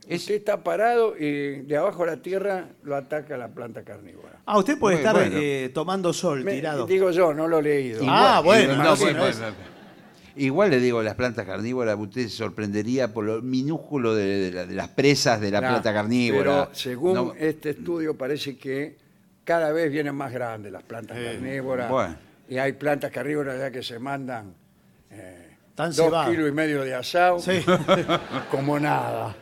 Speaker 4: Es-
Speaker 2: Usted está parado y de abajo a la tierra lo ataca la planta carnívora.
Speaker 3: Ah, usted puede
Speaker 4: Bueno,
Speaker 3: estar
Speaker 4: bueno.
Speaker 3: eh, tomando sol,
Speaker 2: Me-
Speaker 3: tirado.
Speaker 2: Digo yo, no lo he leído.
Speaker 3: Ah, bueno,
Speaker 4: igual,
Speaker 3: no,
Speaker 4: sí,
Speaker 3: bueno,
Speaker 4: no,
Speaker 3: es-
Speaker 4: igual le digo, las plantas carnívoras, usted se sorprendería por lo minúsculo de, de la- de las presas de la
Speaker 2: Nah,
Speaker 4: planta carnívora.
Speaker 2: Pero según
Speaker 4: No,
Speaker 2: este estudio parece que cada vez vienen más grandes las plantas carnívoras.
Speaker 4: bueno.
Speaker 2: Y hay plantas carnívoras ya que se mandan eh,
Speaker 3: Tan
Speaker 2: dos
Speaker 3: cebadas.
Speaker 2: kilos y medio de asado
Speaker 3: Sí.
Speaker 2: [laughs] como nada.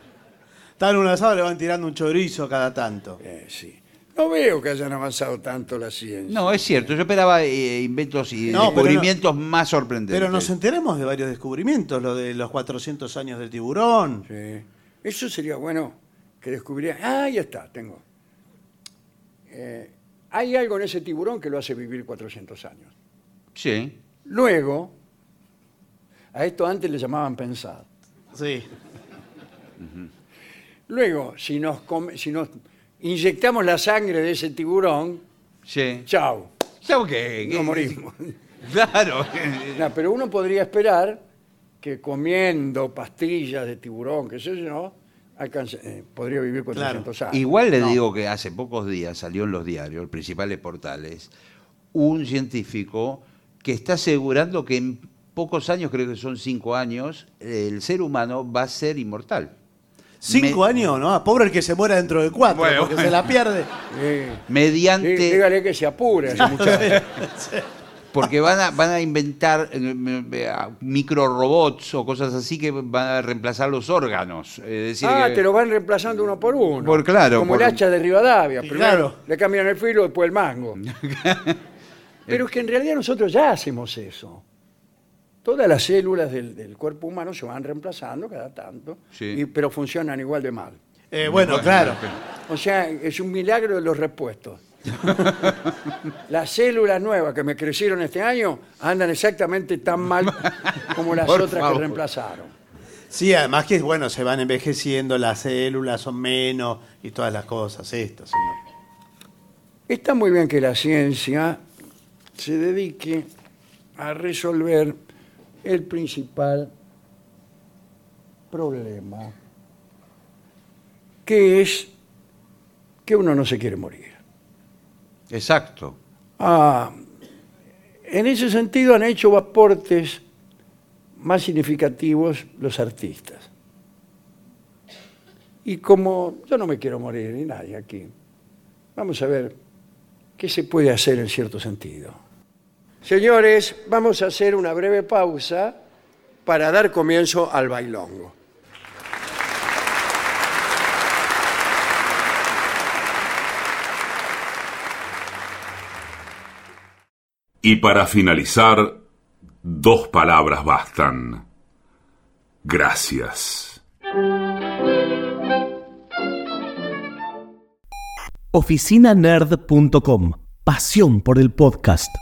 Speaker 3: Están en un asado, le van tirando un chorizo cada tanto.
Speaker 2: Eh, sí. No veo que hayan avanzado tanto la ciencia.
Speaker 4: no, es cierto, yo esperaba eh, inventos y
Speaker 3: No, pero
Speaker 4: descubrimientos más sorprendentes.
Speaker 3: Pero nos enteramos de varios descubrimientos, lo de los 400 años del tiburón.
Speaker 2: Sí. Eso sería bueno que descubriera. Ah, ya está, tengo. Eh, hay algo en ese tiburón que lo hace vivir 400 años.
Speaker 4: Sí.
Speaker 2: Luego, a esto antes le llamaban pensar.
Speaker 3: Sí.
Speaker 2: Luego, si nos, come- si nos inyectamos la sangre de ese tiburón,
Speaker 4: Sí.
Speaker 2: chao,
Speaker 4: ¿Sabes qué?
Speaker 2: no morimos.
Speaker 4: [laughs] Claro.
Speaker 2: No, pero uno podría esperar que comiendo pastillas de tiburón, qué sé yo, alcance- eh, podría vivir 400 años.
Speaker 4: Igual le digo que hace pocos días salió en los diarios, los principales portales, un científico que está asegurando que en pocos años, creo que son cinco años, el ser humano va a ser inmortal.
Speaker 3: Cinco
Speaker 4: Me-
Speaker 3: años, ¿no? Ah, Pobre el que se muera dentro de cuatro,
Speaker 4: Bueno,
Speaker 3: porque
Speaker 4: bueno.
Speaker 3: se la pierde.
Speaker 2: Sí. Sí,
Speaker 4: Mediante.
Speaker 2: dígale que se apure, ese muchacho.
Speaker 4: Porque van a, van a inventar eh, m- m- a- microrobots o cosas así que van a reemplazar los órganos. Es decir,
Speaker 2: Ah,
Speaker 4: que-
Speaker 2: te lo van reemplazando uno por uno.
Speaker 4: Por claro,
Speaker 2: Como
Speaker 4: por-
Speaker 2: el hacha de Rivadavia.
Speaker 3: Sí,
Speaker 2: Primero
Speaker 3: claro.
Speaker 2: le cambian el filo, después el
Speaker 4: [laughs]
Speaker 2: mango. Pero es que en realidad nosotros ya hacemos eso. Todas las células del, del cuerpo humano se van reemplazando cada tanto,
Speaker 4: Sí.
Speaker 2: y- pero funcionan igual de mal.
Speaker 3: Eh, bueno, claro.
Speaker 2: O sea, es un milagro de los
Speaker 4: [laughs]
Speaker 2: repuestos. las células nuevas que me crecieron este año andan exactamente tan
Speaker 4: [laughs]
Speaker 2: mal como las
Speaker 4: Por
Speaker 2: otras que
Speaker 4: favor.
Speaker 2: reemplazaron.
Speaker 3: Sí, además que, bueno, se van envejeciendo, las células son menos y todas las cosas, esto, señor.
Speaker 2: Está muy bien que la ciencia se dedique a resolver el principal problema, que es que uno no se quiere morir.
Speaker 4: Exacto.
Speaker 2: Ah, en ese sentido han hecho aportes más significativos los artistas. Y como yo no me quiero morir, ni nadie aquí, vamos a ver qué se puede hacer en cierto sentido. Señores, vamos a hacer una breve pausa para dar comienzo al bailongo.
Speaker 5: Y para finalizar, dos palabras bastan. Gracias.
Speaker 6: oficinanerd.com. Pasión por el podcast.